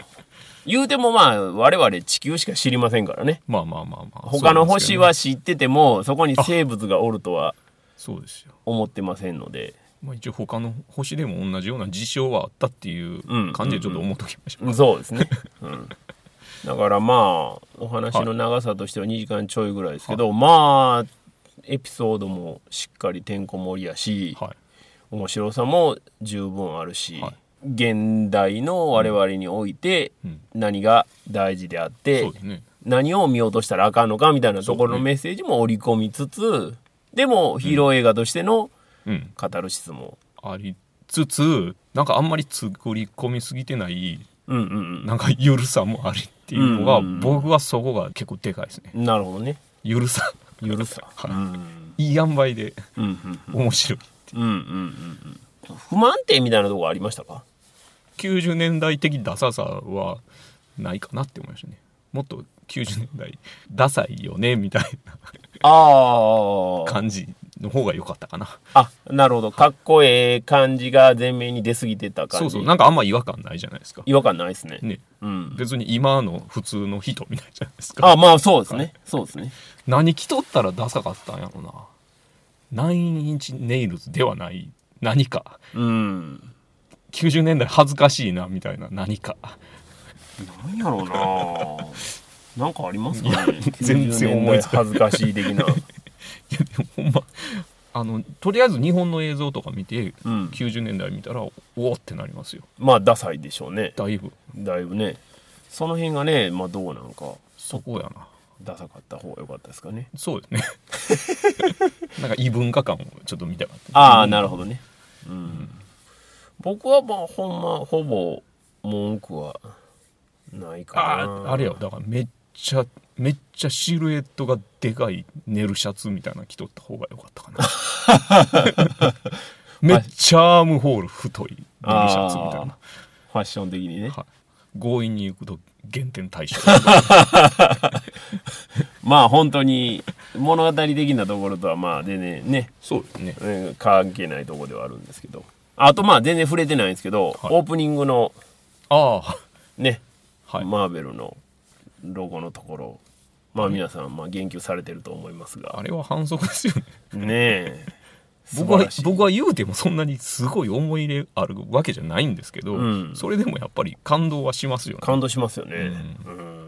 [SPEAKER 1] 言うてもまあ我々地球しか知りませんからね。
[SPEAKER 2] まあまあまあまあ
[SPEAKER 1] 他の星は知っててもそこに
[SPEAKER 2] あ
[SPEAKER 1] 生物がおるとは
[SPEAKER 2] そうですよね、そうですよ
[SPEAKER 1] 思ってませんので。
[SPEAKER 2] まあ、一応他の星でも同じような事象はあったっていう
[SPEAKER 1] うん
[SPEAKER 2] 感じでちょっと思っときましょう、
[SPEAKER 1] そうです
[SPEAKER 2] [LAUGHS]
[SPEAKER 1] ね。うん、だからまあ、お話の長さとしては2時間ちょいぐらいですけど、まあ、エピソードもしっかりてんこ盛りやし、
[SPEAKER 2] はい
[SPEAKER 1] 面白さも十分あるし、
[SPEAKER 2] はい
[SPEAKER 1] 現代の我々において
[SPEAKER 2] うん
[SPEAKER 1] 何が大事であって、
[SPEAKER 2] そうですね
[SPEAKER 1] 何を見落としたらあかんのかみたいなところのメッセージも織り込みつつ、でもヒーロー映画としての
[SPEAKER 2] うん
[SPEAKER 1] カタルシスも、
[SPEAKER 2] ありつつなんかあんまり作り込みすぎてない
[SPEAKER 1] うんうん
[SPEAKER 2] なんかゆるさもありっていうのが、
[SPEAKER 1] うんうんうん
[SPEAKER 2] 僕はそこが結構でかいですね
[SPEAKER 1] うん、なるほどね
[SPEAKER 2] ゆるさ
[SPEAKER 1] ゆるさ、
[SPEAKER 2] はい
[SPEAKER 1] うん
[SPEAKER 2] いい塩梅で
[SPEAKER 1] うんうん
[SPEAKER 2] 面白い
[SPEAKER 1] うんうんうんうん不満点みたいなところありましたか
[SPEAKER 2] 90年代的ダサさはないかなって思いましたねもっと90年代ダサいよねみたいな
[SPEAKER 1] ああ
[SPEAKER 2] 感じの方が良かったかな
[SPEAKER 1] あなるほどかっこええ感じが前面に出過ぎてた感じ
[SPEAKER 2] そうそうなんかあんま違和感ないじゃないですか
[SPEAKER 1] 違和感ないですね
[SPEAKER 2] ね
[SPEAKER 1] うん
[SPEAKER 2] 別に今の普通の人みたいじゃないですか
[SPEAKER 1] あまあそうですねそうですね
[SPEAKER 2] 何着とったらダサかったんやろなナインインチネイルズではない何か
[SPEAKER 1] うん
[SPEAKER 2] 90年代恥ずかしいなみたいな何か
[SPEAKER 1] なんやろうななんかありますかね
[SPEAKER 2] 全然思いつか
[SPEAKER 1] 90年代恥ずかしい的な
[SPEAKER 2] いやでもほんまあのとりあえず日本の映像とか見て
[SPEAKER 1] うん
[SPEAKER 2] 90年代見たらおおってなりますよ
[SPEAKER 1] まあダサいでしょうね
[SPEAKER 2] だいぶ
[SPEAKER 1] だいぶねその辺がねまあどうなんか
[SPEAKER 2] そこやな
[SPEAKER 1] ダサかった方が良かったですかね
[SPEAKER 2] そうです
[SPEAKER 1] [LAUGHS]
[SPEAKER 2] ねなんか異文化感をちょっと見たかった
[SPEAKER 1] ああなるほどねうん僕はまあほんまほぼ文句はないか
[SPEAKER 2] あ
[SPEAKER 1] な
[SPEAKER 2] ああれよだからめっちゃめっちゃシルエットがでかい寝るシャツみたいなの着とった方が良かったかな
[SPEAKER 1] [LAUGHS]
[SPEAKER 2] めっちゃアームホール太い寝るシャツみたいな、
[SPEAKER 1] ファッション的にね
[SPEAKER 2] はい、強引に行くと減点
[SPEAKER 1] [LAUGHS]
[SPEAKER 2] 対象
[SPEAKER 1] まあ本当に物語的なところとはまあ全然ね
[SPEAKER 2] そうですね
[SPEAKER 1] うん関係ないところではあるんですけどあとまあ全然触れてないんですけど、
[SPEAKER 2] はい
[SPEAKER 1] オープニングの
[SPEAKER 2] ああ
[SPEAKER 1] ね、
[SPEAKER 2] はい
[SPEAKER 1] マーベルのロゴのところまあ皆さんまあ言及されてると思いますが
[SPEAKER 2] あれは反則ですよ
[SPEAKER 1] ね
[SPEAKER 2] ね
[SPEAKER 1] え
[SPEAKER 2] 僕は
[SPEAKER 1] 素晴らしい
[SPEAKER 2] 僕は言うてもそんなにすごい思い入れあるわけじゃないんですけど、
[SPEAKER 1] うん
[SPEAKER 2] それでもやっぱり感動はしますよね
[SPEAKER 1] 感動しますよね、うん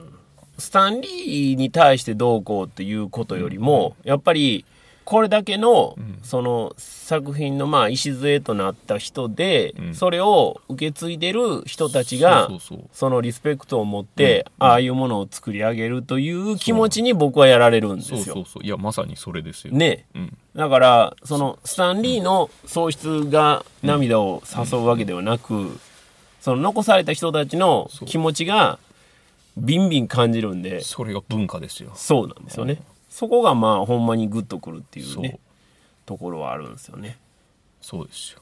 [SPEAKER 1] スタンリーに対してどうこうっていうことよりも、やっぱりこれだけの、その作品のまあ礎となった人で、
[SPEAKER 2] うん
[SPEAKER 1] それを受け継いでる人たちが
[SPEAKER 2] そうそうそう
[SPEAKER 1] そのリスペクトを持って、ああいうものを作り上げるという気持ちに僕はやられるんです
[SPEAKER 2] そ
[SPEAKER 1] よ。
[SPEAKER 2] うそうそういやまさにそれですよ、
[SPEAKER 1] ね
[SPEAKER 2] うん、
[SPEAKER 1] だからそのスタンリーの喪失が涙を誘うわけではなく、その残された人たちの
[SPEAKER 2] そう
[SPEAKER 1] 気持ちがビンビン感じるんで
[SPEAKER 2] それが文化ですよ
[SPEAKER 1] そうなんですよね、そこがまあほんまにグッとくるっていう
[SPEAKER 2] そう
[SPEAKER 1] ねところはあるんですよね
[SPEAKER 2] そうですよ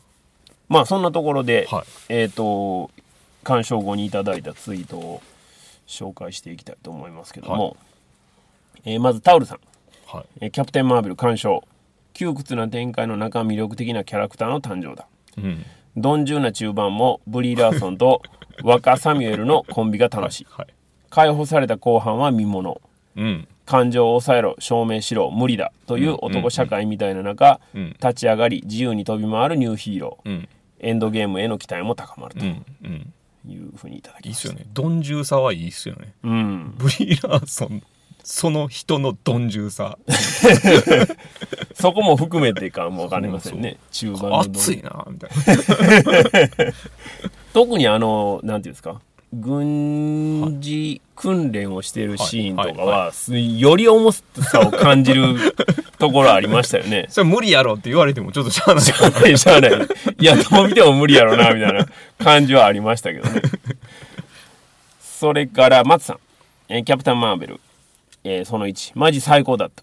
[SPEAKER 1] まあそんなところで、
[SPEAKER 2] はい
[SPEAKER 1] えっ、と鑑賞後にいただいたツイートを紹介していきたいと思いますけども、えーまずタオルさん
[SPEAKER 2] はい
[SPEAKER 1] えーキャプテン・マーベル鑑賞窮屈な展開の中魅力的なキャラクターの誕生だ
[SPEAKER 2] うん
[SPEAKER 1] 鈍重な中盤もブリー・ラーソンと若サミュエルのコンビが楽しい
[SPEAKER 2] はい
[SPEAKER 1] 解放された後半は見もの
[SPEAKER 2] うん
[SPEAKER 1] 感情を抑えろ証明しろ無理だという男社会みたいな中、
[SPEAKER 2] うん
[SPEAKER 1] 立ち上がり自由に飛び回るニューヒーロー、
[SPEAKER 2] うん
[SPEAKER 1] エンドゲームへの期待も高まる
[SPEAKER 2] う
[SPEAKER 1] と
[SPEAKER 2] んうん
[SPEAKER 1] いうふうにいただき
[SPEAKER 2] いい
[SPEAKER 1] ま
[SPEAKER 2] っ
[SPEAKER 1] し
[SPEAKER 2] す
[SPEAKER 1] た、
[SPEAKER 2] よね鈍重さはいいっすよね
[SPEAKER 1] うん、
[SPEAKER 2] ブリー・ラーソンその人の鈍重さ
[SPEAKER 1] そこも含めてかもわかりませんね中盤の
[SPEAKER 2] 熱いなみたいな
[SPEAKER 1] 特にあのなんていうんですか軍事訓練をしているシーンとか
[SPEAKER 2] はいはい
[SPEAKER 1] はすより重さを感じ
[SPEAKER 2] [LAUGHS]
[SPEAKER 1] るところありましたよね。 [LAUGHS]
[SPEAKER 2] それ無理やろって言われてもちょっとしゃあない
[SPEAKER 1] しゃあないしゃあないいやどう見ても無理やろなみたいな感じはありましたけどね。それから松さん、えーキャプテン・マーベル、えーその1マジ最高だった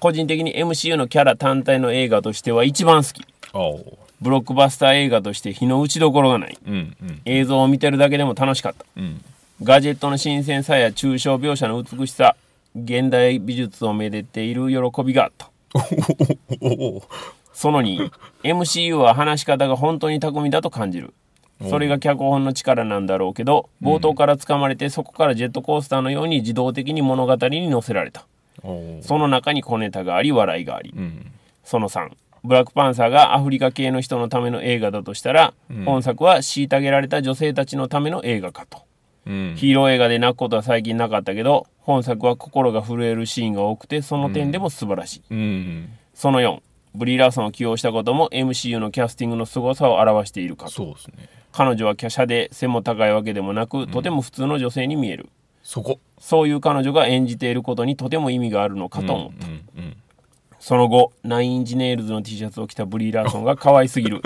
[SPEAKER 1] 個人的に MCU のキャラ単体の映画としては一番好き
[SPEAKER 2] あお
[SPEAKER 1] ブロックバスター映画として日の打ちどころがない
[SPEAKER 2] うんうん
[SPEAKER 1] 映像を見てるだけでも楽しかった
[SPEAKER 2] うん
[SPEAKER 1] ガジェットの新鮮さや抽象描写の美しさ現代美術をめでている喜びがあった
[SPEAKER 2] おおおお
[SPEAKER 1] その2 MCU は話し方が本当に巧みだと感じるそれが脚本の力なんだろうけど冒頭からつかまれてそこからジェットコースターのように自動的に物語に乗せられた
[SPEAKER 2] おお
[SPEAKER 1] その中に小ネタがあり笑いがあり
[SPEAKER 2] うん
[SPEAKER 1] その3ブラックパンサーがアフリカ系の人のための映画だとしたら、本作は虐げられた女性たちのための映画かと
[SPEAKER 2] うん
[SPEAKER 1] ヒーロー映画で泣くことは最近なかったけど本作は心が震えるシーンが多くてその点でも素晴らしい、
[SPEAKER 2] うん
[SPEAKER 1] その4ブリー・ラーソンを起用したことも MCU のキャスティングの凄さを表しているかと
[SPEAKER 2] そうですね
[SPEAKER 1] 彼女は華奢で背も高いわけでもなくとても普通の女性に見える、
[SPEAKER 2] そこ
[SPEAKER 1] そういう彼女が演じていることにとても意味があるのかと思う、
[SPEAKER 2] うんうん
[SPEAKER 1] その後ナインインジネイルズの T シャツを着たブリー・ラーソンが可愛すぎる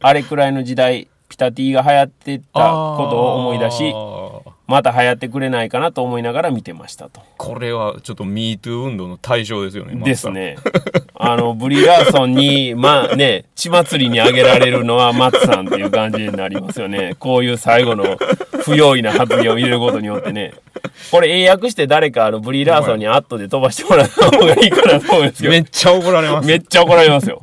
[SPEAKER 1] あれくらいの時代ピタティが流行ってたことを思い出し
[SPEAKER 2] あー
[SPEAKER 1] また流行ってくれないかなと思いながら見てましたと
[SPEAKER 2] これはちょっと MeToo 運動の対象ですよね。
[SPEAKER 1] ですね。あの、ブリガーソンに、まあね、血祭りにあげられるのは松さんっていう感じになりますよね。こういう最後の不用意な発言を入れることによってね。これ英訳して誰かあのブリラーソンにアットで飛ばしてもらった方がいいかなと思うんです
[SPEAKER 2] 松田さん。
[SPEAKER 1] けど
[SPEAKER 2] め、っちゃ怒られます。
[SPEAKER 1] めっちゃ怒られますよ。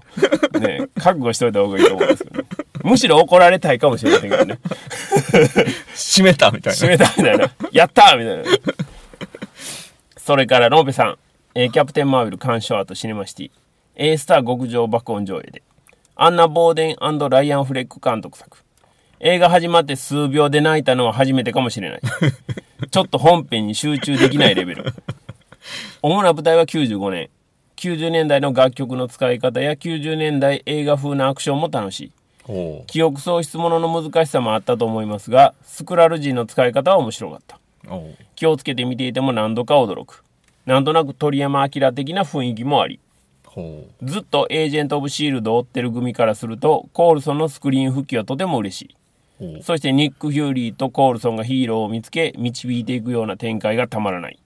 [SPEAKER 1] ね、覚悟しといた方がいいと思うんですけど、ね、むしろ怒られたいかもしれませんけどね。
[SPEAKER 2] 閉めたみたい
[SPEAKER 1] 閉め
[SPEAKER 2] な。
[SPEAKER 1] たみたいな。やったーみたいな。それから、ローペさん。えーキャプテン・マーベル鑑賞後シネマシティ。 A スター極上爆音上映でアンナ・ボーデンライアン・フレック監督作映画始まって数秒で泣いたのは初めてかもしれないちょっと本編に集中できないレベル主な舞台は95年90年代の楽曲の使い方や90年代映画風なアクションも楽しい
[SPEAKER 2] おう
[SPEAKER 1] 記憶喪失ものの難しさもあったと思いますがスクラル人の使い方は面白かった
[SPEAKER 2] おう
[SPEAKER 1] 気をつけて見ていても何度か驚くなんとなく鳥山明的な雰囲気もあり
[SPEAKER 2] ほう
[SPEAKER 1] ずっとエージェント・オブ・シールドを追ってる組からするとコールソンのスクリーン復帰はとても嬉し
[SPEAKER 2] ほう
[SPEAKER 1] いそしてニック・ヒューリーとコールソンがヒーローを見つけ導いていくような展開がたまらない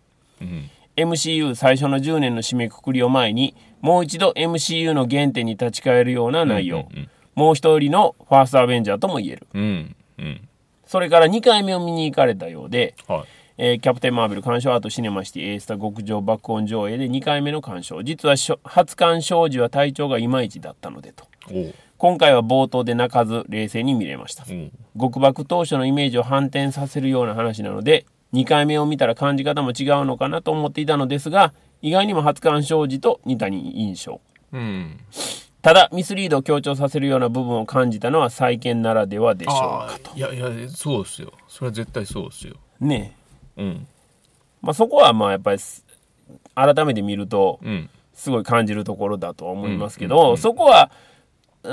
[SPEAKER 2] うん
[SPEAKER 1] MCU 最初の10年の締めくくりを前にもう一度 MCU の原点に立ち返るような内容、
[SPEAKER 2] うんうん
[SPEAKER 1] もう一人のファーストアベンジャーとも言える
[SPEAKER 2] うんうん
[SPEAKER 1] それから2回目を見に行かれたようで、
[SPEAKER 2] はい
[SPEAKER 1] えーキャプテン・マーベル鑑賞アートシネマシティエースタ極上爆音上映で2回目の鑑賞実はしょ初鑑賞時は体調がいまいちだったのでと
[SPEAKER 2] おう
[SPEAKER 1] 今回は冒頭で泣かず冷静に見れました
[SPEAKER 2] おう
[SPEAKER 1] 極爆当初のイメージを反転させるような話なので2回目を見たら感じ方も違うのかなと思っていたのですが意外にも初鑑賞時と似た印象
[SPEAKER 2] うん
[SPEAKER 1] ただミスリードを強調させるような部分を感じたのは再建ならではでしょ
[SPEAKER 2] ああいやいやそうですよそれは絶対そうですよ
[SPEAKER 1] うねえ
[SPEAKER 2] うん
[SPEAKER 1] まあ、そこはまあやっぱりす改めて見ると
[SPEAKER 2] うん
[SPEAKER 1] すごい感じるところだとは思いますけど、そこは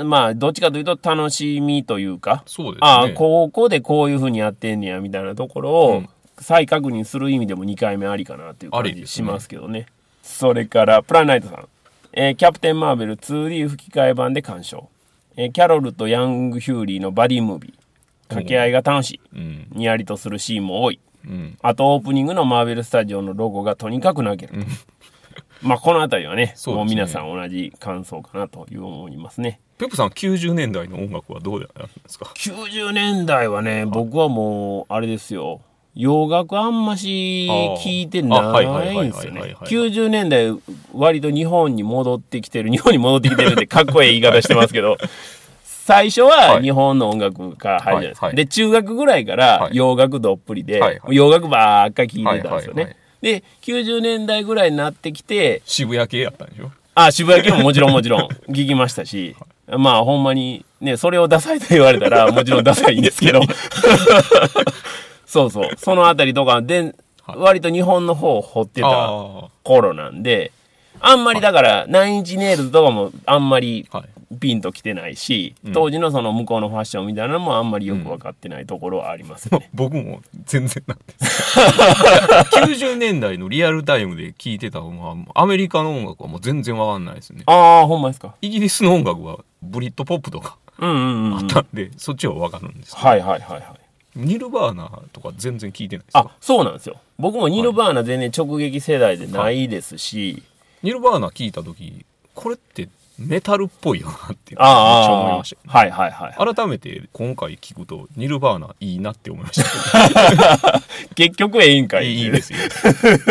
[SPEAKER 1] まあどっちかというと楽しみというか
[SPEAKER 2] そうですね
[SPEAKER 1] ああここでこういうふうにやってんねやみたいなところ
[SPEAKER 2] う
[SPEAKER 1] を
[SPEAKER 2] ん
[SPEAKER 1] 再確認する意味でも2回目ありかなっていう感
[SPEAKER 2] あり
[SPEAKER 1] じ
[SPEAKER 2] です
[SPEAKER 1] し
[SPEAKER 2] ね
[SPEAKER 1] ますけどねそれからプラネナイトさん、えーキャプテン・マーベル 2D 吹き替え版で鑑賞、えーキャロルとヤング・ヒューリーのバディムービー掛け合いが楽しい
[SPEAKER 2] うん
[SPEAKER 1] にやりとするシーンも多い
[SPEAKER 2] うん
[SPEAKER 1] あとオープニングのマーベル・スタジオのロゴがとにかく泣ける。まあこの辺りはね
[SPEAKER 2] そうですね
[SPEAKER 1] もう皆さん同じ感想かなという思いますね。
[SPEAKER 2] ペップさん90年代の音楽はどうだったんですか
[SPEAKER 1] 90年代はね僕はもうあれですよ洋楽あんまし聞いてないんですよ
[SPEAKER 2] あはいはいはいはいはい
[SPEAKER 1] ね
[SPEAKER 2] はい
[SPEAKER 1] 90年代割と日本に戻ってきてる日 [LAUGHS] 本に戻ってきてるってかっこいい言い方してますけ
[SPEAKER 2] [LAUGHS]
[SPEAKER 1] ど最初は日本の音楽から入るじゃないですか、
[SPEAKER 2] はいはい
[SPEAKER 1] で中学ぐらいか
[SPEAKER 2] は
[SPEAKER 1] ら
[SPEAKER 2] い
[SPEAKER 1] 洋楽どっぷりで、
[SPEAKER 2] はいはい
[SPEAKER 1] 洋楽ばっか聞いてたんですよね、
[SPEAKER 2] はい
[SPEAKER 1] で90年代ぐらいになってきて
[SPEAKER 2] 渋谷系やったんでしょ
[SPEAKER 1] あ渋谷系ももちろんもちろん [LAUGHS] 聞きましたし、まあほんまにねそれをダサいと言われたらもちろんダサいんですけど [LAUGHS] そうそうそのあたりとかで
[SPEAKER 2] はい
[SPEAKER 1] 割と日本の方を掘ってた
[SPEAKER 2] あ
[SPEAKER 1] 頃なんであんまりだからナインチネイルズとかもあんまり
[SPEAKER 2] あはい [LAUGHS]
[SPEAKER 1] ピンときてないし、
[SPEAKER 2] うん
[SPEAKER 1] 当時のその向こうのファッションみたいなのもあんまりよく分かってないところはありますよね。
[SPEAKER 2] 僕も全然なんです [LAUGHS] 90年代のリアルタイムで聴いてた音楽はアメリカの音楽はもう全然わかんないですね
[SPEAKER 1] ああほんまですか。
[SPEAKER 2] イギリスの音楽はブリッドポップとか
[SPEAKER 1] うんうんうん。
[SPEAKER 2] あ
[SPEAKER 1] は
[SPEAKER 2] っ
[SPEAKER 1] い
[SPEAKER 2] たんで、そっちはわかるんですけど
[SPEAKER 1] はいはいはい。
[SPEAKER 2] ニルバーナとか全然聴いてないです
[SPEAKER 1] あ
[SPEAKER 2] か
[SPEAKER 1] そうなんですよ。僕もニルバーナ全然直撃世代でないですし、
[SPEAKER 2] ニルバーナ聴いた時これってメタルっぽいよなってめっち
[SPEAKER 1] ああ
[SPEAKER 2] ゃ思いました
[SPEAKER 1] ああはいはいはい。
[SPEAKER 2] 改めて今回聞くとニルバーナいいなって思いました [LAUGHS]
[SPEAKER 1] 結局ええんかい。
[SPEAKER 2] いいいい [LAUGHS] ですよ。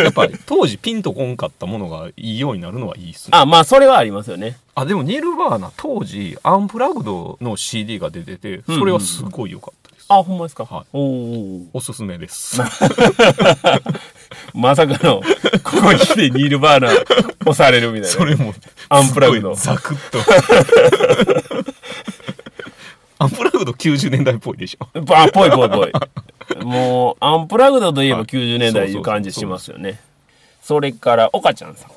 [SPEAKER 2] やっぱり当時ピンとこんかったものがいいようになるのはいいっすね。
[SPEAKER 1] あ、まあそれはありますよね。
[SPEAKER 2] あ、でもニルバーナ当時アンプラグドの CD が出てて、それはすごい良かったです。
[SPEAKER 1] あ、ほんまですか。
[SPEAKER 2] はい
[SPEAKER 1] おーおー。
[SPEAKER 2] おすすめです。
[SPEAKER 1] まさか [LAUGHS] の、ここに来てニール [LAUGHS] バーナー押されるみたいな。
[SPEAKER 2] それも
[SPEAKER 1] アンプラグド
[SPEAKER 2] すごいザクッと。アンプラグド90年代っぽいでしょ。
[SPEAKER 1] あ、ぽいぽい [LAUGHS] ぽい。もう、アンプラグドといえ
[SPEAKER 2] は
[SPEAKER 1] ば
[SPEAKER 2] い
[SPEAKER 1] 90年代いう感じしますよね。それから、岡ちゃんさん。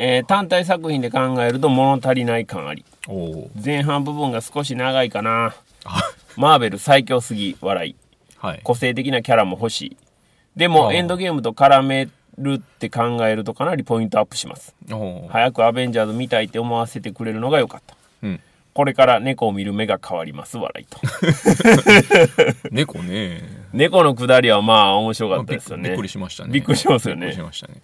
[SPEAKER 1] えー単体作品で考えると物足りない感あり。
[SPEAKER 2] おお。
[SPEAKER 1] 前半部分が少し長いかな。
[SPEAKER 2] あ
[SPEAKER 1] マーベル最強すぎ、笑い。
[SPEAKER 2] はい。
[SPEAKER 1] 個性的なキャラも欲しいで
[SPEAKER 2] あ
[SPEAKER 1] も
[SPEAKER 2] あ
[SPEAKER 1] エンドゲームと絡めるって考えるとかなりポイントアップします
[SPEAKER 2] おお。
[SPEAKER 1] 早くアベンジャーズ見たいって思わせてくれるのが良かった
[SPEAKER 2] うん。
[SPEAKER 1] これから猫を見る目が変わります笑い
[SPEAKER 2] [LAUGHS]
[SPEAKER 1] と
[SPEAKER 2] 猫ね。
[SPEAKER 1] 猫のくだりはまあ面白か
[SPEAKER 2] まあ
[SPEAKER 1] った
[SPEAKER 2] びっ
[SPEAKER 1] ですよ
[SPEAKER 2] く
[SPEAKER 1] ね
[SPEAKER 2] びっくりしましたね。
[SPEAKER 1] びっくりしますよね
[SPEAKER 2] びっくりしましたね。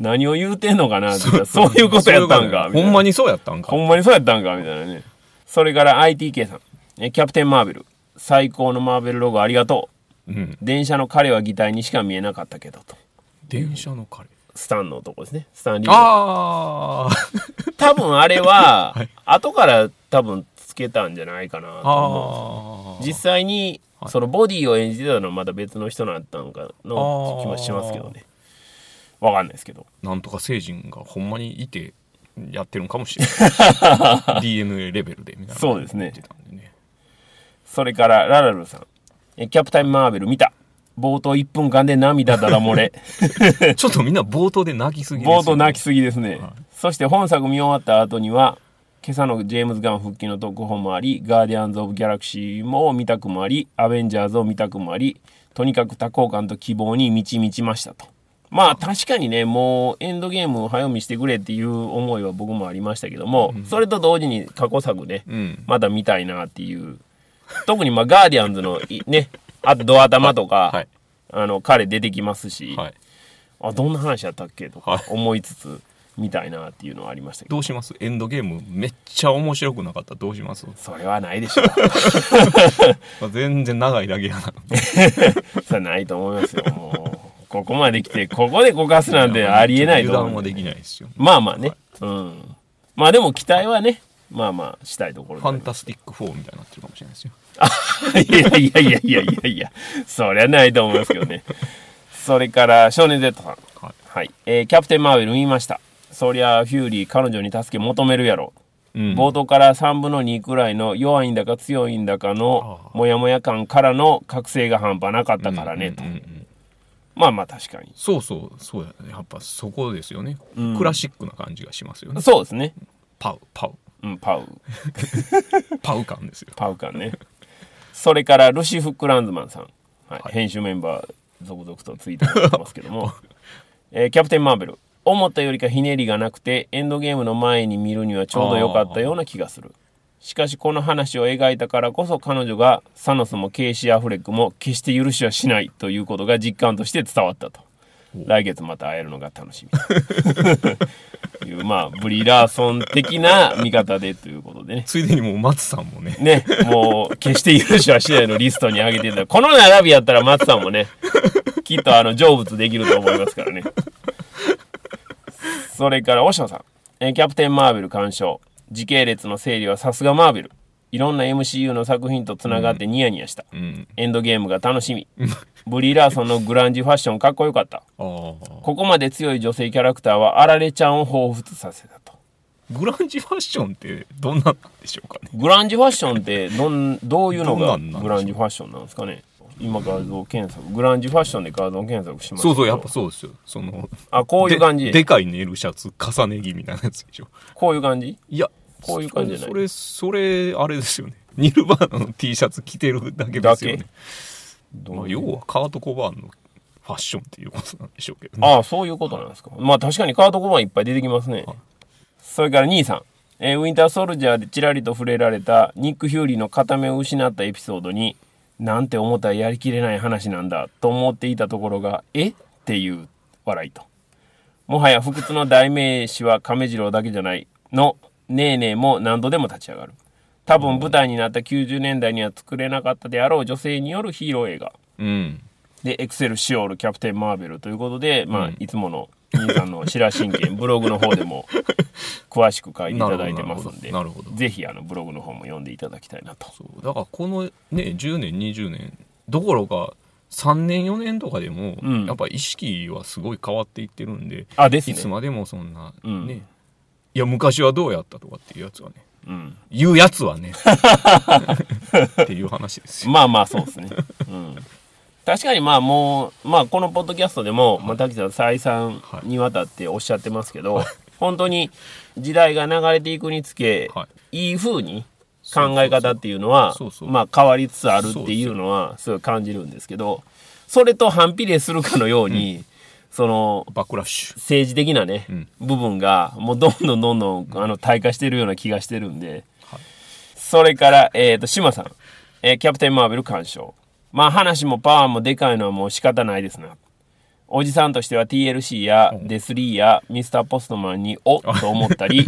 [SPEAKER 1] 何を言うてんのかなって言ったらそういうことやったんかみたい
[SPEAKER 2] ほ
[SPEAKER 1] なん
[SPEAKER 2] まにそうやったんか。
[SPEAKER 1] ほんまにそうやったんかみたいなねそれから ITK さんえキャプテンマーベル最高のマーベルロゴありがと
[SPEAKER 2] うん。
[SPEAKER 1] う電車の彼は擬態にしか見えなかったけどと
[SPEAKER 2] 電車の彼。
[SPEAKER 1] スタンの男ですねスタンリーの
[SPEAKER 2] あー
[SPEAKER 1] 多分あれ [LAUGHS] は、後から多分つけたんじゃないかなと思
[SPEAKER 2] あ
[SPEAKER 1] う
[SPEAKER 2] ー
[SPEAKER 1] 実際に、そのボディを演じてたのはまた別の人だったのかの気もしますけどねわかんないですけど
[SPEAKER 2] なんとか星人がほんまにいてやってるんかもしれ [LAUGHS] ない DNA レベルでみたいな
[SPEAKER 1] そうですね
[SPEAKER 2] 言ってたんでね
[SPEAKER 1] それからララルさんえキャプテンマーベル見た冒頭1分間で涙だら漏れ
[SPEAKER 2] ちょっとみんな冒頭で泣きすぎですよ
[SPEAKER 1] 冒頭泣きすぎですね、
[SPEAKER 2] はい
[SPEAKER 1] そして本作見終わった後には今朝のジェームズ・ガン復帰の特報もあり「ガーディアンズ・オブ・ギャラクシー」も見たくもあり「アベンジャーズ」を見たくもありとにかく多幸感と希望に満ち満ちましたとまあ確かにねもうエンドゲームを早読みしてくれっていう思いは僕もありましたけども、それと同時に過去作ね、
[SPEAKER 2] うん
[SPEAKER 1] まだ見たいなっていう特にまあガーディアンズのいねあとドア玉とか、
[SPEAKER 2] はい
[SPEAKER 1] あの彼出てきますし、
[SPEAKER 2] はい
[SPEAKER 1] あどんな話やったっけと
[SPEAKER 2] はい
[SPEAKER 1] か思いつつ見たいなっていうのはありましたけど、
[SPEAKER 2] どうしますエンドゲームめっちゃ面白くなかったらどうします、
[SPEAKER 1] それはないでしょう [LAUGHS]
[SPEAKER 2] まあ全然長いだけやな
[SPEAKER 1] それはないと思いますよもうここまで来てここで告発なん
[SPEAKER 2] [LAUGHS]
[SPEAKER 1] てありえないと
[SPEAKER 2] 油
[SPEAKER 1] 思う
[SPEAKER 2] 断
[SPEAKER 1] ん
[SPEAKER 2] は
[SPEAKER 1] で
[SPEAKER 2] できないですよ
[SPEAKER 1] まあまあね、うんまあでも期待はねまあまあしたいところ
[SPEAKER 2] ファ
[SPEAKER 1] だ
[SPEAKER 2] ン
[SPEAKER 1] ね
[SPEAKER 2] タスティック4みたいになってるかもしれないです
[SPEAKER 1] [LAUGHS]
[SPEAKER 2] よ
[SPEAKER 1] いやいやいやいやいやいやそりゃないと思いますけどねそれから少年 Z さん
[SPEAKER 2] はい
[SPEAKER 1] はい、えーキャプテン・マーベル見ましたそりゃフューリー彼女に助け求めるやろ
[SPEAKER 2] うん
[SPEAKER 1] 冒頭から3分の2くらいの弱いんだか強いんだかの
[SPEAKER 2] ああ
[SPEAKER 1] モヤモヤ感からの覚醒が半端なかったからねと、
[SPEAKER 2] うんうんうん
[SPEAKER 1] まあまあ確かに
[SPEAKER 2] そうそうそうやねやっぱそこですよね、
[SPEAKER 1] うん
[SPEAKER 2] クラシックな感じがしますよね
[SPEAKER 1] そうですね、
[SPEAKER 2] パウパウ
[SPEAKER 1] うん、パウ
[SPEAKER 2] パウ感ですよ
[SPEAKER 1] パウ感ねそれからルシフ・クランズマンさん、はい編集メンバー続々とツイートされてますけど [LAUGHS] も、えーキャプテン・マーベル思ったよりかひねりがなくてエンドゲームの前に見るにはちょうど良かったような気がするしかしこの話を描いたからこそ彼女がサノスもケイシー・アフレックも決して許しはしないということが実感として伝わったと来月また会えるのが楽しみ [LAUGHS] というまあブリラーソン的な見方でということでね
[SPEAKER 2] ついでにもう松さんもね
[SPEAKER 1] ね、もう、決して許しはしないのリストに上げてた。この並びやったら松さんもね、きっとあの、成仏できると思いますからね。それから、オシャさん。えーキャプテン・マーベル鑑賞。時系列の整理はさすがマーベル。いろんな MCU の作品とつながってニヤニヤした。
[SPEAKER 2] うん
[SPEAKER 1] エンドゲームが楽しみ。ブリー・ラーソンのグランジファッションかっこよかった。
[SPEAKER 2] ああ
[SPEAKER 1] ここまで強い女性キャラクターはあられちゃんを彷彿させたと。
[SPEAKER 2] グランジファッションってどんなんでしょうかね
[SPEAKER 1] グランジファッションってどんどういうの
[SPEAKER 2] ど
[SPEAKER 1] が
[SPEAKER 2] んなんなんでしょう
[SPEAKER 1] グランジファッションなんですかね今画像検索グランジファッションで画像検索します
[SPEAKER 2] そうそうやっぱそうですよその
[SPEAKER 1] あこういう感じ
[SPEAKER 2] ででかいネイルシャツ重ね着みたいなやつでしょ
[SPEAKER 1] こういう感じ
[SPEAKER 2] いや
[SPEAKER 1] こういう感じじゃない
[SPEAKER 2] それそれそれあれですよね [LAUGHS] ニルバーナの T シャツ着てるだけで
[SPEAKER 1] だ
[SPEAKER 2] すよね
[SPEAKER 1] け、
[SPEAKER 2] まあ、要はカート・コバーンのファッションっていうことなんでしょうけどね、
[SPEAKER 1] ああそういうことなんですかまあ確かにカードコマンいっぱい出てきますねそれから兄さんえーウィンターソルジャーでちらりと触れられたニック・ヒューリーの片目を失ったエピソードになんて思ったらやりきれない話なんだと思っていたところがえっていう笑いともはや不屈の代名詞は亀次郎だけじゃないのねえねえも何度でも立ち上がる多分舞台になった90年代には作れなかったであろう女性によるヒーロー映画
[SPEAKER 2] うん
[SPEAKER 1] で、エクセルシオール、キャプテン・マーベルということで、まあ、いつもの兄さんの白真剣、ブログの方で
[SPEAKER 2] [LAUGHS]
[SPEAKER 1] も詳しく書いていただいてますんで
[SPEAKER 2] なるほどなるほ、ど
[SPEAKER 1] ぜひあのブログの方も読んでいただきたいなと。
[SPEAKER 2] そうだからこのね10年20年どころか3年4年とかでも、
[SPEAKER 1] うん
[SPEAKER 2] やっぱ意識はすごい変わっていってるんで
[SPEAKER 1] あ、です
[SPEAKER 2] いつ
[SPEAKER 1] ね。
[SPEAKER 2] までもそんな、
[SPEAKER 1] うん
[SPEAKER 2] ねいや昔はどうやったとかっていうやつはね
[SPEAKER 1] うん、
[SPEAKER 2] 言うやつはねっていう話ですよ
[SPEAKER 1] まあまあ、そうです
[SPEAKER 2] [LAUGHS]
[SPEAKER 1] ね。うん確かにまあもう、まあこのポッドキャストでも、まあ滝さん再三にわたっておっしゃってますけど、本当に時代が流れていくにつけ、
[SPEAKER 2] は
[SPEAKER 1] い
[SPEAKER 2] い
[SPEAKER 1] い風に考え方っていうのは
[SPEAKER 2] そうそうそう
[SPEAKER 1] まあ変わりつつあるっていうのはすごい感じるんですけどそれと反比例するかのように、その
[SPEAKER 2] バックラッシュ
[SPEAKER 1] 政治的なね、
[SPEAKER 2] ん
[SPEAKER 1] 部分がもうどんどんどんどんあの退化してるような気がしてるんで、
[SPEAKER 2] はい
[SPEAKER 1] それから、えー、と志麻さん、えーキャプテン・マーベル」鑑賞まあ話もパワーもでかいのはもう仕方ないですなおじさんとしては TLC やデスリーやミスターポストマンにおっと思った
[SPEAKER 2] [LAUGHS]
[SPEAKER 1] り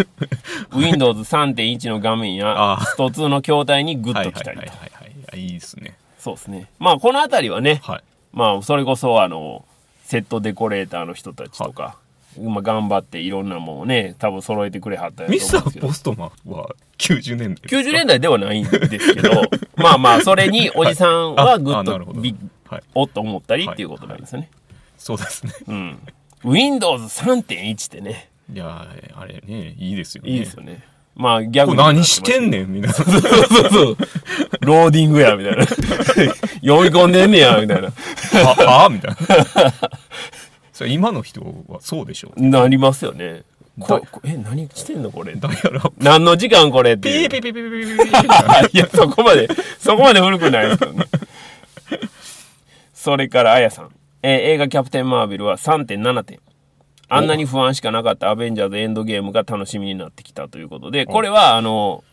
[SPEAKER 1] Windows3.1 の画面や
[SPEAKER 2] あー
[SPEAKER 1] スト2の筐体にグッ
[SPEAKER 2] は
[SPEAKER 1] と
[SPEAKER 2] いは
[SPEAKER 1] き
[SPEAKER 2] い
[SPEAKER 1] た
[SPEAKER 2] は
[SPEAKER 1] り
[SPEAKER 2] い
[SPEAKER 1] と
[SPEAKER 2] はいはいあいいですね
[SPEAKER 1] そうですねまあこの辺りはね、
[SPEAKER 2] はい
[SPEAKER 1] まあそれこそあのセットデコレーターの人たちとか、まあ、頑張っていろんなもんをね多分揃えてくれはったやと
[SPEAKER 2] ミス
[SPEAKER 1] 思うんで
[SPEAKER 2] タ
[SPEAKER 1] すけ
[SPEAKER 2] ー
[SPEAKER 1] ど
[SPEAKER 2] ポストマンは90年代
[SPEAKER 1] 90年代ではないんです
[SPEAKER 2] [LAUGHS]
[SPEAKER 1] けどまあまあそれにおじさんはぐっ
[SPEAKER 2] あなる
[SPEAKER 1] と
[SPEAKER 2] ほど
[SPEAKER 1] び
[SPEAKER 2] はい
[SPEAKER 1] おっと思ったりっていうことなんですよね、
[SPEAKER 2] そうですね
[SPEAKER 1] うん Windows3.1 ってね
[SPEAKER 2] いやーあれねいいですよね
[SPEAKER 1] いいですよね。まあ、ギャ
[SPEAKER 2] こ
[SPEAKER 1] グにも
[SPEAKER 2] れ
[SPEAKER 1] なって
[SPEAKER 2] 何
[SPEAKER 1] まし
[SPEAKER 2] した
[SPEAKER 1] け
[SPEAKER 2] て
[SPEAKER 1] ど
[SPEAKER 2] んねんみたいな
[SPEAKER 1] そうそう。ローディングや、みたいな。 [LAUGHS] 読み込んでんねや、みたいな。
[SPEAKER 2] ははみたいなそれ今の人はそうでしょう
[SPEAKER 1] なりますよね。こ
[SPEAKER 2] だ
[SPEAKER 1] こえ、何してんのこれ。
[SPEAKER 2] ダイヤルアップ
[SPEAKER 1] 何の時間これって
[SPEAKER 2] ピ
[SPEAKER 1] いう
[SPEAKER 2] ーピーピーピーピーピーピーみたいな
[SPEAKER 1] [LAUGHS] いや、そこまで、そこまで古くないですけどね。それから、あやさん。えー映画キャプテンマーベルは3.7点。あんなに不安しかなかったアベンジャーズエンドゲームが楽しみになってきたということで、これは、あの、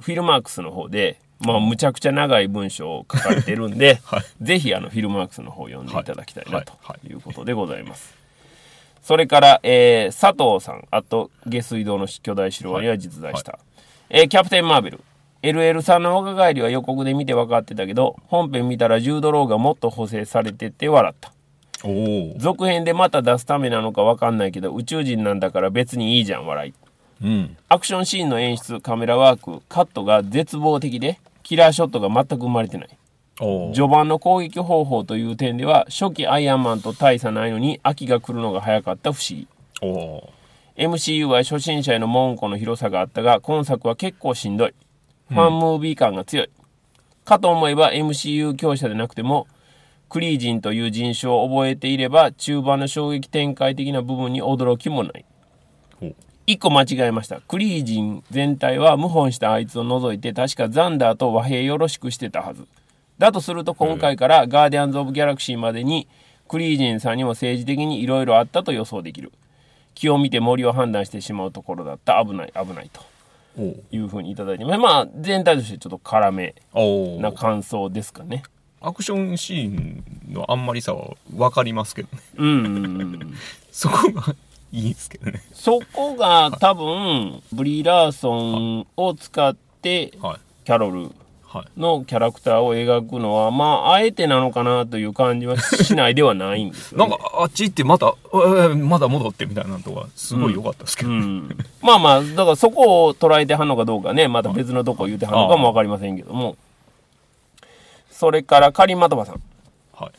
[SPEAKER 1] フィルマークスの方で、まあ、むちゃくちゃ長い文章を書かれてるんで、
[SPEAKER 2] [LAUGHS] はい
[SPEAKER 1] ぜひ、あの、フィルマークスの方を読んでいただきたいな、
[SPEAKER 2] はい
[SPEAKER 1] と
[SPEAKER 2] はいはい
[SPEAKER 1] いうことでございます。それから、えー佐藤さん、あと、下水道の巨大白ワニは実在した。えーキャプテン・マーベル。LL さんの若返りは予告で見て分かってたけど、本編見たらジュードローがもっと補正されてて笑った。
[SPEAKER 2] おお
[SPEAKER 1] 続編でまた出すためなのか分かんないけど、宇宙人なんだから別にいいじゃん、笑い。
[SPEAKER 2] うん
[SPEAKER 1] アクションシーンの演出、カメラワーク、カットが絶望的で、キラーショットが全く生まれてない。
[SPEAKER 2] おー
[SPEAKER 1] 序盤の攻撃方法という点では、初期アイアンマンと大差ないのに、秋が来るのが早かった不思議。
[SPEAKER 2] おお
[SPEAKER 1] MCU は初心者への門戸の広さがあったが今作は結構しんどいファンムービー感が強い、かと思えば MCU 強者でなくてもクリージンという人種を覚えていれば中盤の衝撃展開的な部分に驚きもない
[SPEAKER 2] お
[SPEAKER 1] 一個間違えましたクリージン全体は謀反したあいつを除いて確かザンダーと和平よろしくしてたはずだとすると今回からガーディアンズ・オブ・ギャラクシーまでにクリージンさんにも政治的にいろいろあったと予想できる気を見て森を判断してしまうところだった危ない危ないと
[SPEAKER 2] おー
[SPEAKER 1] いうふうにいただいてますまあ全体としてちょっと辛め
[SPEAKER 2] お
[SPEAKER 1] な
[SPEAKER 2] ー
[SPEAKER 1] 感想ですかね
[SPEAKER 2] アクションシーンのあんまりさは分かりますけどね [LAUGHS]
[SPEAKER 1] うんうんうん
[SPEAKER 2] そこがいいんですけど
[SPEAKER 1] [LAUGHS]
[SPEAKER 2] ね
[SPEAKER 1] そこが多分ブリー・ラーソンを使って
[SPEAKER 2] はい
[SPEAKER 1] キャロル
[SPEAKER 2] はい
[SPEAKER 1] のキャラクターを描くのはまああえてなのかなという感じはしないではないんですよ、
[SPEAKER 2] [LAUGHS] な
[SPEAKER 1] ね、
[SPEAKER 2] んかあっち行ってまた、えーまだ戻ってみたいなのとかすごい良かったですけど、
[SPEAKER 1] うん、まあまあだからそこを捉えてはんのかどうかねまた別のとこ言うてはんのかも分かりませんけどもそれからカリン・マトバさん
[SPEAKER 2] はい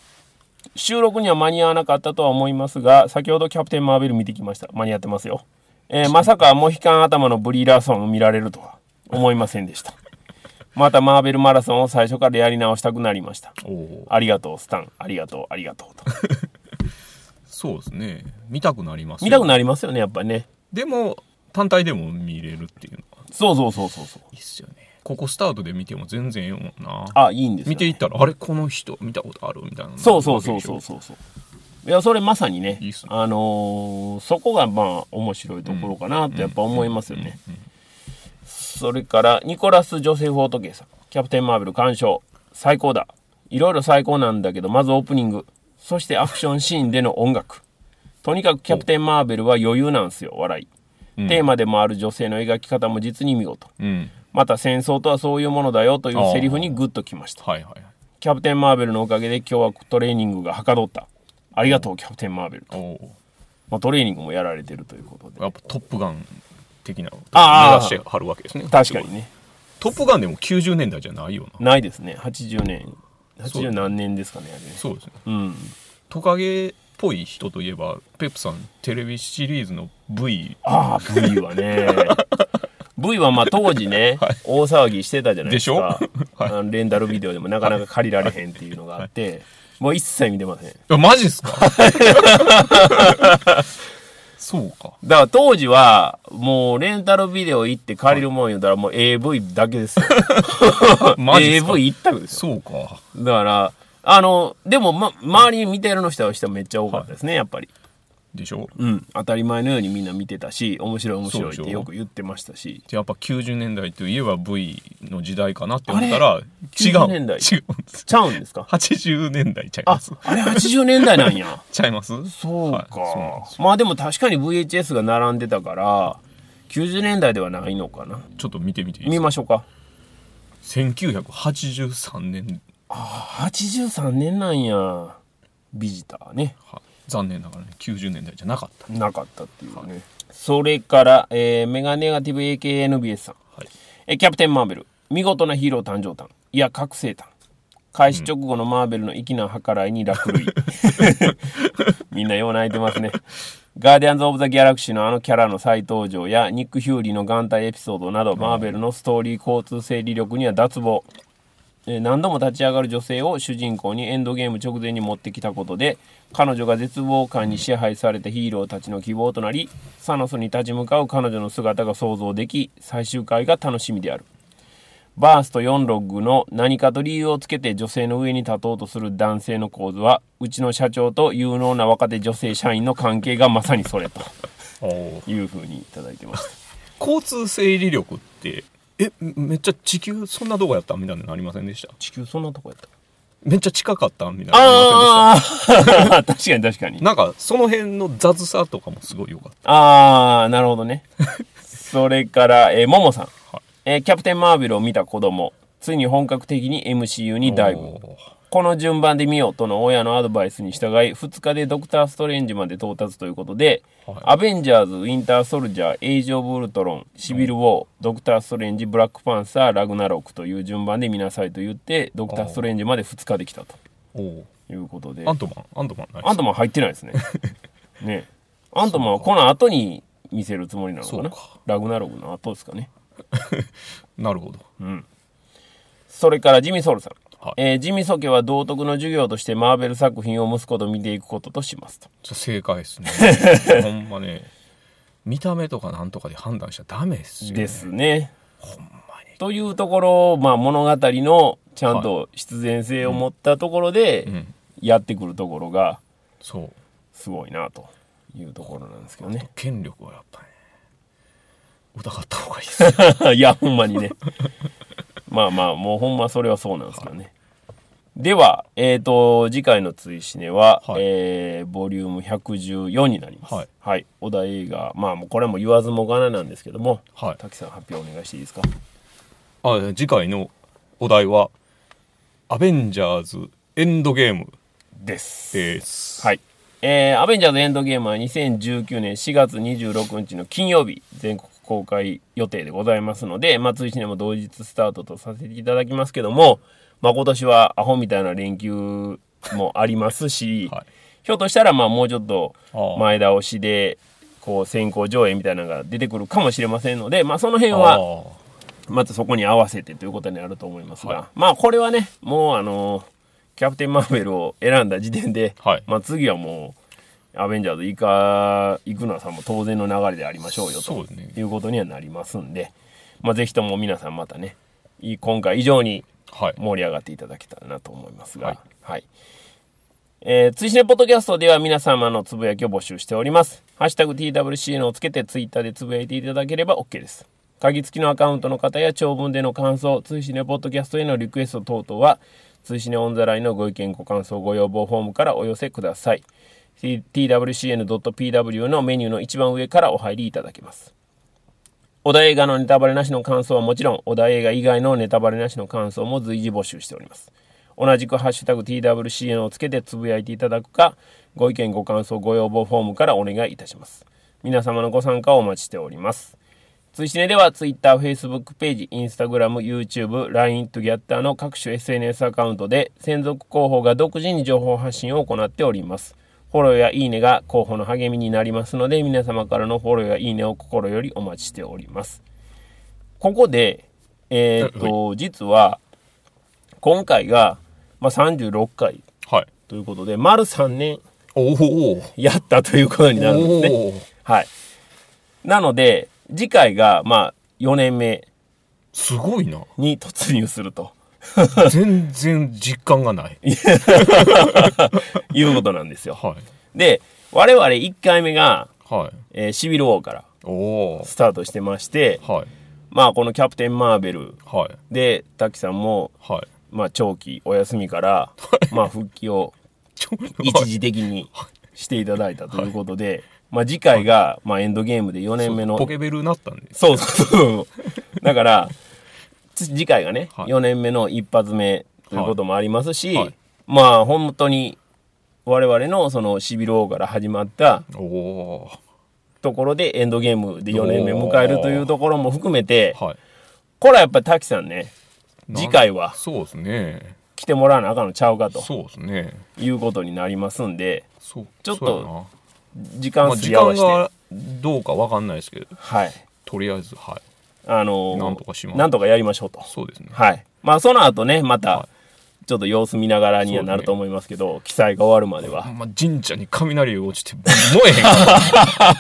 [SPEAKER 1] 収録には間に合わなかったとは思いますが先ほどキャプテン・マーベル見てきました間に合ってますよ、えーまさかモヒカン頭のブリー・ラーソンを見られるとは思いませんでしたまたマーベルマラソンを最初からやり直したくなりました
[SPEAKER 2] おお
[SPEAKER 1] ありがとうスタンありがとうありがとうと
[SPEAKER 2] そうですね見たくなりますよ
[SPEAKER 1] 見たくなりますよねやっぱりね
[SPEAKER 2] でも単体でも見れるっていうのは
[SPEAKER 1] そうそうそうそうそう
[SPEAKER 2] いいっすよねここスタートで見ても全然ええもんな
[SPEAKER 1] あいいんですよ、ね、
[SPEAKER 2] 見ていったらあれこの人見たことあるみたいな
[SPEAKER 1] そうそうそうそうそうそういやそれまさにね
[SPEAKER 2] いいっすね
[SPEAKER 1] あのーそこがまあ面白いところかなってやっぱ思いますよねそれからニコラス・ジョセフ・オートケイさん「キャプテン・マーベル」鑑賞最高だいろいろ最高なんだけどまずオープニングそしてアクションシーンでの音楽とにかくキャプテン・マーベルは余裕なんすよ笑い、テーマでもある女性の描き方も実に見事
[SPEAKER 2] うん
[SPEAKER 1] また戦争とはそういうものだよというセリフにグッときました
[SPEAKER 2] はいはいはい
[SPEAKER 1] キャプテン・マーベルのおかげで今日はトレーニングがはかどった。ありがとう、キャプテン・マーベル。
[SPEAKER 2] おお
[SPEAKER 1] まあ、トレーニングもやられてるということで。
[SPEAKER 2] やっぱ「トップガン」的なのを
[SPEAKER 1] ああ
[SPEAKER 2] 目指してはるわけですね
[SPEAKER 1] 確かにね。
[SPEAKER 2] 「トップガン」でも90年代じゃないよな
[SPEAKER 1] ないですね。80年。
[SPEAKER 2] そう
[SPEAKER 1] 80何年ですかね、あれね。
[SPEAKER 2] そうですね
[SPEAKER 1] うん。
[SPEAKER 2] トカゲっぽい人といえばペプさんテレビシリーズの V
[SPEAKER 1] ああ、V はね。V はまあ当時ね、大騒ぎしてたじゃないですか。
[SPEAKER 2] でしょはい
[SPEAKER 1] あのレンタルビデオでもなかなか借りられへんっていうのがあって、もう一切見てません。
[SPEAKER 2] あマジ
[SPEAKER 1] [LAUGHS]
[SPEAKER 2] っすかそうか
[SPEAKER 1] だから当時は、もうレンタルビデオ行って借りるもん言うたらもう AV だけですよ。
[SPEAKER 2] マジっすか
[SPEAKER 1] AV 一択ですよ。
[SPEAKER 2] そうか
[SPEAKER 1] だから、あの、でも、ま、周りに見てるの人は人はめっちゃ多かったですね、やっぱり。
[SPEAKER 2] でしょ
[SPEAKER 1] うん。当たり前のようにみんな見てたし、面白い面白いっ
[SPEAKER 2] そう
[SPEAKER 1] て
[SPEAKER 2] でしょ
[SPEAKER 1] よく言ってましたし。
[SPEAKER 2] でやっぱ90年代といえば V の時代かなって思ったら違
[SPEAKER 1] 90
[SPEAKER 2] う
[SPEAKER 1] 年代
[SPEAKER 2] 違うんです
[SPEAKER 1] ちゃうんですか
[SPEAKER 2] 80年代ちゃいま
[SPEAKER 1] あ
[SPEAKER 2] す、
[SPEAKER 1] あれ80年代なんや。
[SPEAKER 2] ちゃいます
[SPEAKER 1] そう
[SPEAKER 2] はい
[SPEAKER 1] か、
[SPEAKER 2] [LAUGHS] そうなんです
[SPEAKER 1] まあでも確かに VHS が並んでたから、90年代ではないのかな。
[SPEAKER 2] ちょっと見てみていいで
[SPEAKER 1] 見ましょうか。
[SPEAKER 2] すか1983年、
[SPEAKER 1] 83年なんや。ビジターね。
[SPEAKER 2] はい残念ながらね90年代じゃなかった
[SPEAKER 1] なかったっていうね。それから、えーメガネガティブ AKNBS さん。
[SPEAKER 2] はい
[SPEAKER 1] えーキャプテン・マーベル見事なヒーロー誕生誕いや覚醒誕開始直後 [LAUGHS] のマーベルの粋な計らいに落類みんなよう泣いてますねガーディアンズ・オブ・ザ・ギャラクシーのあのキャラの再登場や、ニック・ヒューリーの眼帯エピソードなど、マーベルのストーリー交通整理力には脱帽。えー何度も立ち上がる女性を主人公にエンドゲーム直前に持ってきたことで彼女が絶望感に支配されたヒーローたちの希望となりサノスに立ち向かう彼女の姿が想像でき最終回が楽しみであるバースと4ロッグの何かと理由をつけて女性の上に立とうとする男性の構図はうちの社長と有能な若手女性社員の関係がまさにそれというふうにいただいてました
[SPEAKER 2] 交通整理力ってえめっちゃ地球そんなとこやったみたいなのありませんでした
[SPEAKER 1] 地球そんなとこやった
[SPEAKER 2] めっちゃ近かったみたいなのありませんでした
[SPEAKER 1] ああ [LAUGHS] 確かに確かに
[SPEAKER 2] なんかその辺の雑さとかもすごいよかった
[SPEAKER 1] あー、なるほど
[SPEAKER 2] [LAUGHS]
[SPEAKER 1] ね。それから、えー、ももさん、
[SPEAKER 2] はい
[SPEAKER 1] えーキャプテン・マーベルを見た子供、ついに本格的に MCU にダイブ。
[SPEAKER 2] おー
[SPEAKER 1] この順番で見ようとの親のアドバイスに従い、2日でドクター・ストレンジまで到達ということで、
[SPEAKER 2] はい
[SPEAKER 1] アベンジャーズ、ウィンター・ソルジャー、エイジ・オブ・ウルトロン、シビル・ウォー、ドクター・ストレンジ、ブラック・パンサー、ラグナロクという順番で見なさいと言って、ドクター・ストレンジまで2日できたと
[SPEAKER 2] おー
[SPEAKER 1] いうことで。
[SPEAKER 2] アントマンアントマンないです
[SPEAKER 1] アントマン入ってない
[SPEAKER 2] [LAUGHS]
[SPEAKER 1] ですね。ねアントマンはこの後に見せるつもりなのか
[SPEAKER 2] そう
[SPEAKER 1] な
[SPEAKER 2] か
[SPEAKER 1] ラグナログの後ですかね。
[SPEAKER 2] なるほど
[SPEAKER 1] それからジミソウルさん。
[SPEAKER 2] はい
[SPEAKER 1] えージミソ家は道徳の授業としてマーベル作品を息子と見ていくこととしますと。
[SPEAKER 2] ちょ正解ですね
[SPEAKER 1] [LAUGHS]
[SPEAKER 2] ほんまね見た目とかなんとかで判断しちゃダメですよ、ね、
[SPEAKER 1] ですね。というところ、まあ、物語のちゃんと必然性を持ったところで
[SPEAKER 2] ん
[SPEAKER 1] やってくるところが
[SPEAKER 2] そう
[SPEAKER 1] すごいなというところなんですけどね。
[SPEAKER 2] 権力はやっぱね疑った方が
[SPEAKER 1] [LAUGHS]
[SPEAKER 2] いいですよ
[SPEAKER 1] いや、ほんまにね。まあまあ、もうほんまそれはそうなんですけどね。では、えっ、と、次回の追試ねは、
[SPEAKER 2] はい
[SPEAKER 1] えーボリューム114になります。は
[SPEAKER 2] はいい。
[SPEAKER 1] 小田映画、まあもうこれはもう言わずもがななんですけども、
[SPEAKER 2] はい
[SPEAKER 1] 滝さん発表お願いしていいですか。
[SPEAKER 2] あ次回のお題は「アベンジャーズエンドゲーム
[SPEAKER 1] です」。
[SPEAKER 2] です
[SPEAKER 1] はい。えーアベンジャーズエンドゲームは2019年4月26日の金曜日、全国公開予定でございますので、松井シネも同日スタートとさせていただきますけども、まあ、今年はアホみたいな連休もありますし、
[SPEAKER 2] はい
[SPEAKER 1] ひょっとしたら、まあ、もうちょっと
[SPEAKER 2] ああ
[SPEAKER 1] 前倒しで、こう、先行上映みたいなのが出てくるかもしれませんので、まあ、その辺は、またそこに合わせてということになると思いますが、
[SPEAKER 2] はい
[SPEAKER 1] まあこれはねもうあのーキャプテン・マーベルを選んだ時点で、
[SPEAKER 2] はい
[SPEAKER 1] まあ次はもうアベンジャーズ以下行くのはさもう当然の流れでありましょうよと
[SPEAKER 2] そうですね
[SPEAKER 1] いうことにはなりますんで、まあ、ぜひとも皆さんまたねい今回以上に
[SPEAKER 2] はい
[SPEAKER 1] 盛り上がっていただけたらなと思いますが、は
[SPEAKER 2] はいい。
[SPEAKER 1] えー、追試ねポッドキャストでは皆様のつぶやきを募集しております。ハッシュタグ TWCN をつけてツイッターでつぶやいていただければ OK です。鍵付きのアカウントの方や長文での感想、追試ねポッドキャストへのリクエスト等々は、追試ねオンザラインのご意見、ご感想、ご要望フォームからお寄せください。T- twcn.pw のメニューの一番上からお入りいただけます。小田映画のネタバレなしの感想はもちろん、小田映画以外のネタバレなしの感想も随時募集しております。同じくハッシュタグ TWCN をつけてつぶやいていただくか、ご意見、ご感想、ご要望フォームからお願いいたします。皆様のご参加をお待ちしております。追試ねでは Twitter、Facebook ページ、Instagram、YouTube、LINE、Twitter の各種 SNS アカウントで専属広報が独自に情報発信を行っております。フォローやいいねが広報の励みになりますので皆様からのフォローやいいねを心よりお待ちしております。ここで、えーっと、実は今回が、まあ、36回
[SPEAKER 2] はい
[SPEAKER 1] ということで丸3年
[SPEAKER 2] おお
[SPEAKER 1] やったということになるんですね。
[SPEAKER 2] おお
[SPEAKER 1] はい。なので、次回が、まあ、4年目
[SPEAKER 2] すごいな
[SPEAKER 1] に突入すると
[SPEAKER 2] 全然実感がない
[SPEAKER 1] いうことなんですよ。
[SPEAKER 2] はい
[SPEAKER 1] で、我々1回目が、
[SPEAKER 2] はい
[SPEAKER 1] えーシビルウォーから
[SPEAKER 2] おお
[SPEAKER 1] スタートしてまして、
[SPEAKER 2] はい
[SPEAKER 1] まあ、このキャプテン・マーベル
[SPEAKER 2] はい
[SPEAKER 1] で、滝さんも、
[SPEAKER 2] はい
[SPEAKER 1] まあ、長期お休みから、まあ、復帰を
[SPEAKER 2] ちょ
[SPEAKER 1] 一時的にしていただいたということで、まあ、次回が、まあ、エンドゲームで4年目の
[SPEAKER 2] ポケベルになったんです
[SPEAKER 1] そうそうそう。だから、つ次回がね、
[SPEAKER 2] はい
[SPEAKER 1] 4年目の一発目ということもありますし、
[SPEAKER 2] はいはい
[SPEAKER 1] まあ本当に我々のそのシビローから始まった
[SPEAKER 2] おお
[SPEAKER 1] ところでエンドゲームで4年目迎えるというところも含めて、
[SPEAKER 2] はい
[SPEAKER 1] これはやっぱり滝さんね、次回は
[SPEAKER 2] そうですね
[SPEAKER 1] 来てもらわなあかんのちゃうかと
[SPEAKER 2] そうですね
[SPEAKER 1] いうことになりますんで、
[SPEAKER 2] そう
[SPEAKER 1] ちょっと
[SPEAKER 2] そうやな
[SPEAKER 1] 時間
[SPEAKER 2] まあ、
[SPEAKER 1] す
[SPEAKER 2] 時
[SPEAKER 1] り合
[SPEAKER 2] 間
[SPEAKER 1] わせて、
[SPEAKER 2] がどうかわかんないですけど
[SPEAKER 1] はい
[SPEAKER 2] とりあえずはい
[SPEAKER 1] あのー
[SPEAKER 2] なんとかします
[SPEAKER 1] なんとかやりましょうと
[SPEAKER 2] そうですね
[SPEAKER 1] はいまあその後ねま
[SPEAKER 2] は
[SPEAKER 1] たちょっと様子見ながらにはなると思いますけど、記載が終わるまでは、
[SPEAKER 2] まあ、神社に雷が落ちて燃えへんから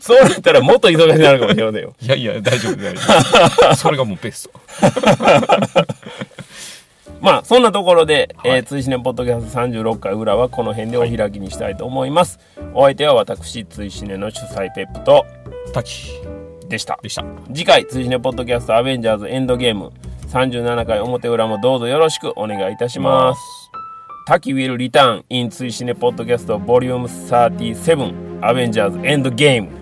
[SPEAKER 1] そうなったらもっと忙しくなるかもしれません [LAUGHS] よ
[SPEAKER 2] いやいや大丈夫大丈夫それがもうベスト
[SPEAKER 1] まあそんなところで「
[SPEAKER 2] はい
[SPEAKER 1] えー追試年ポッドキャスト36回裏」はこの辺でお開きにしたいと思います、お相手は私追試年の主催ペップと
[SPEAKER 2] 滝
[SPEAKER 1] でした
[SPEAKER 2] でした
[SPEAKER 1] 次回追試年ポッドキャスト「アベンジャーズエンドゲーム」37回表裏もどうぞよろしくお願いいたします滝 will return in 追試ねポッドキャストボリューム37アベンジャーズエンドゲーム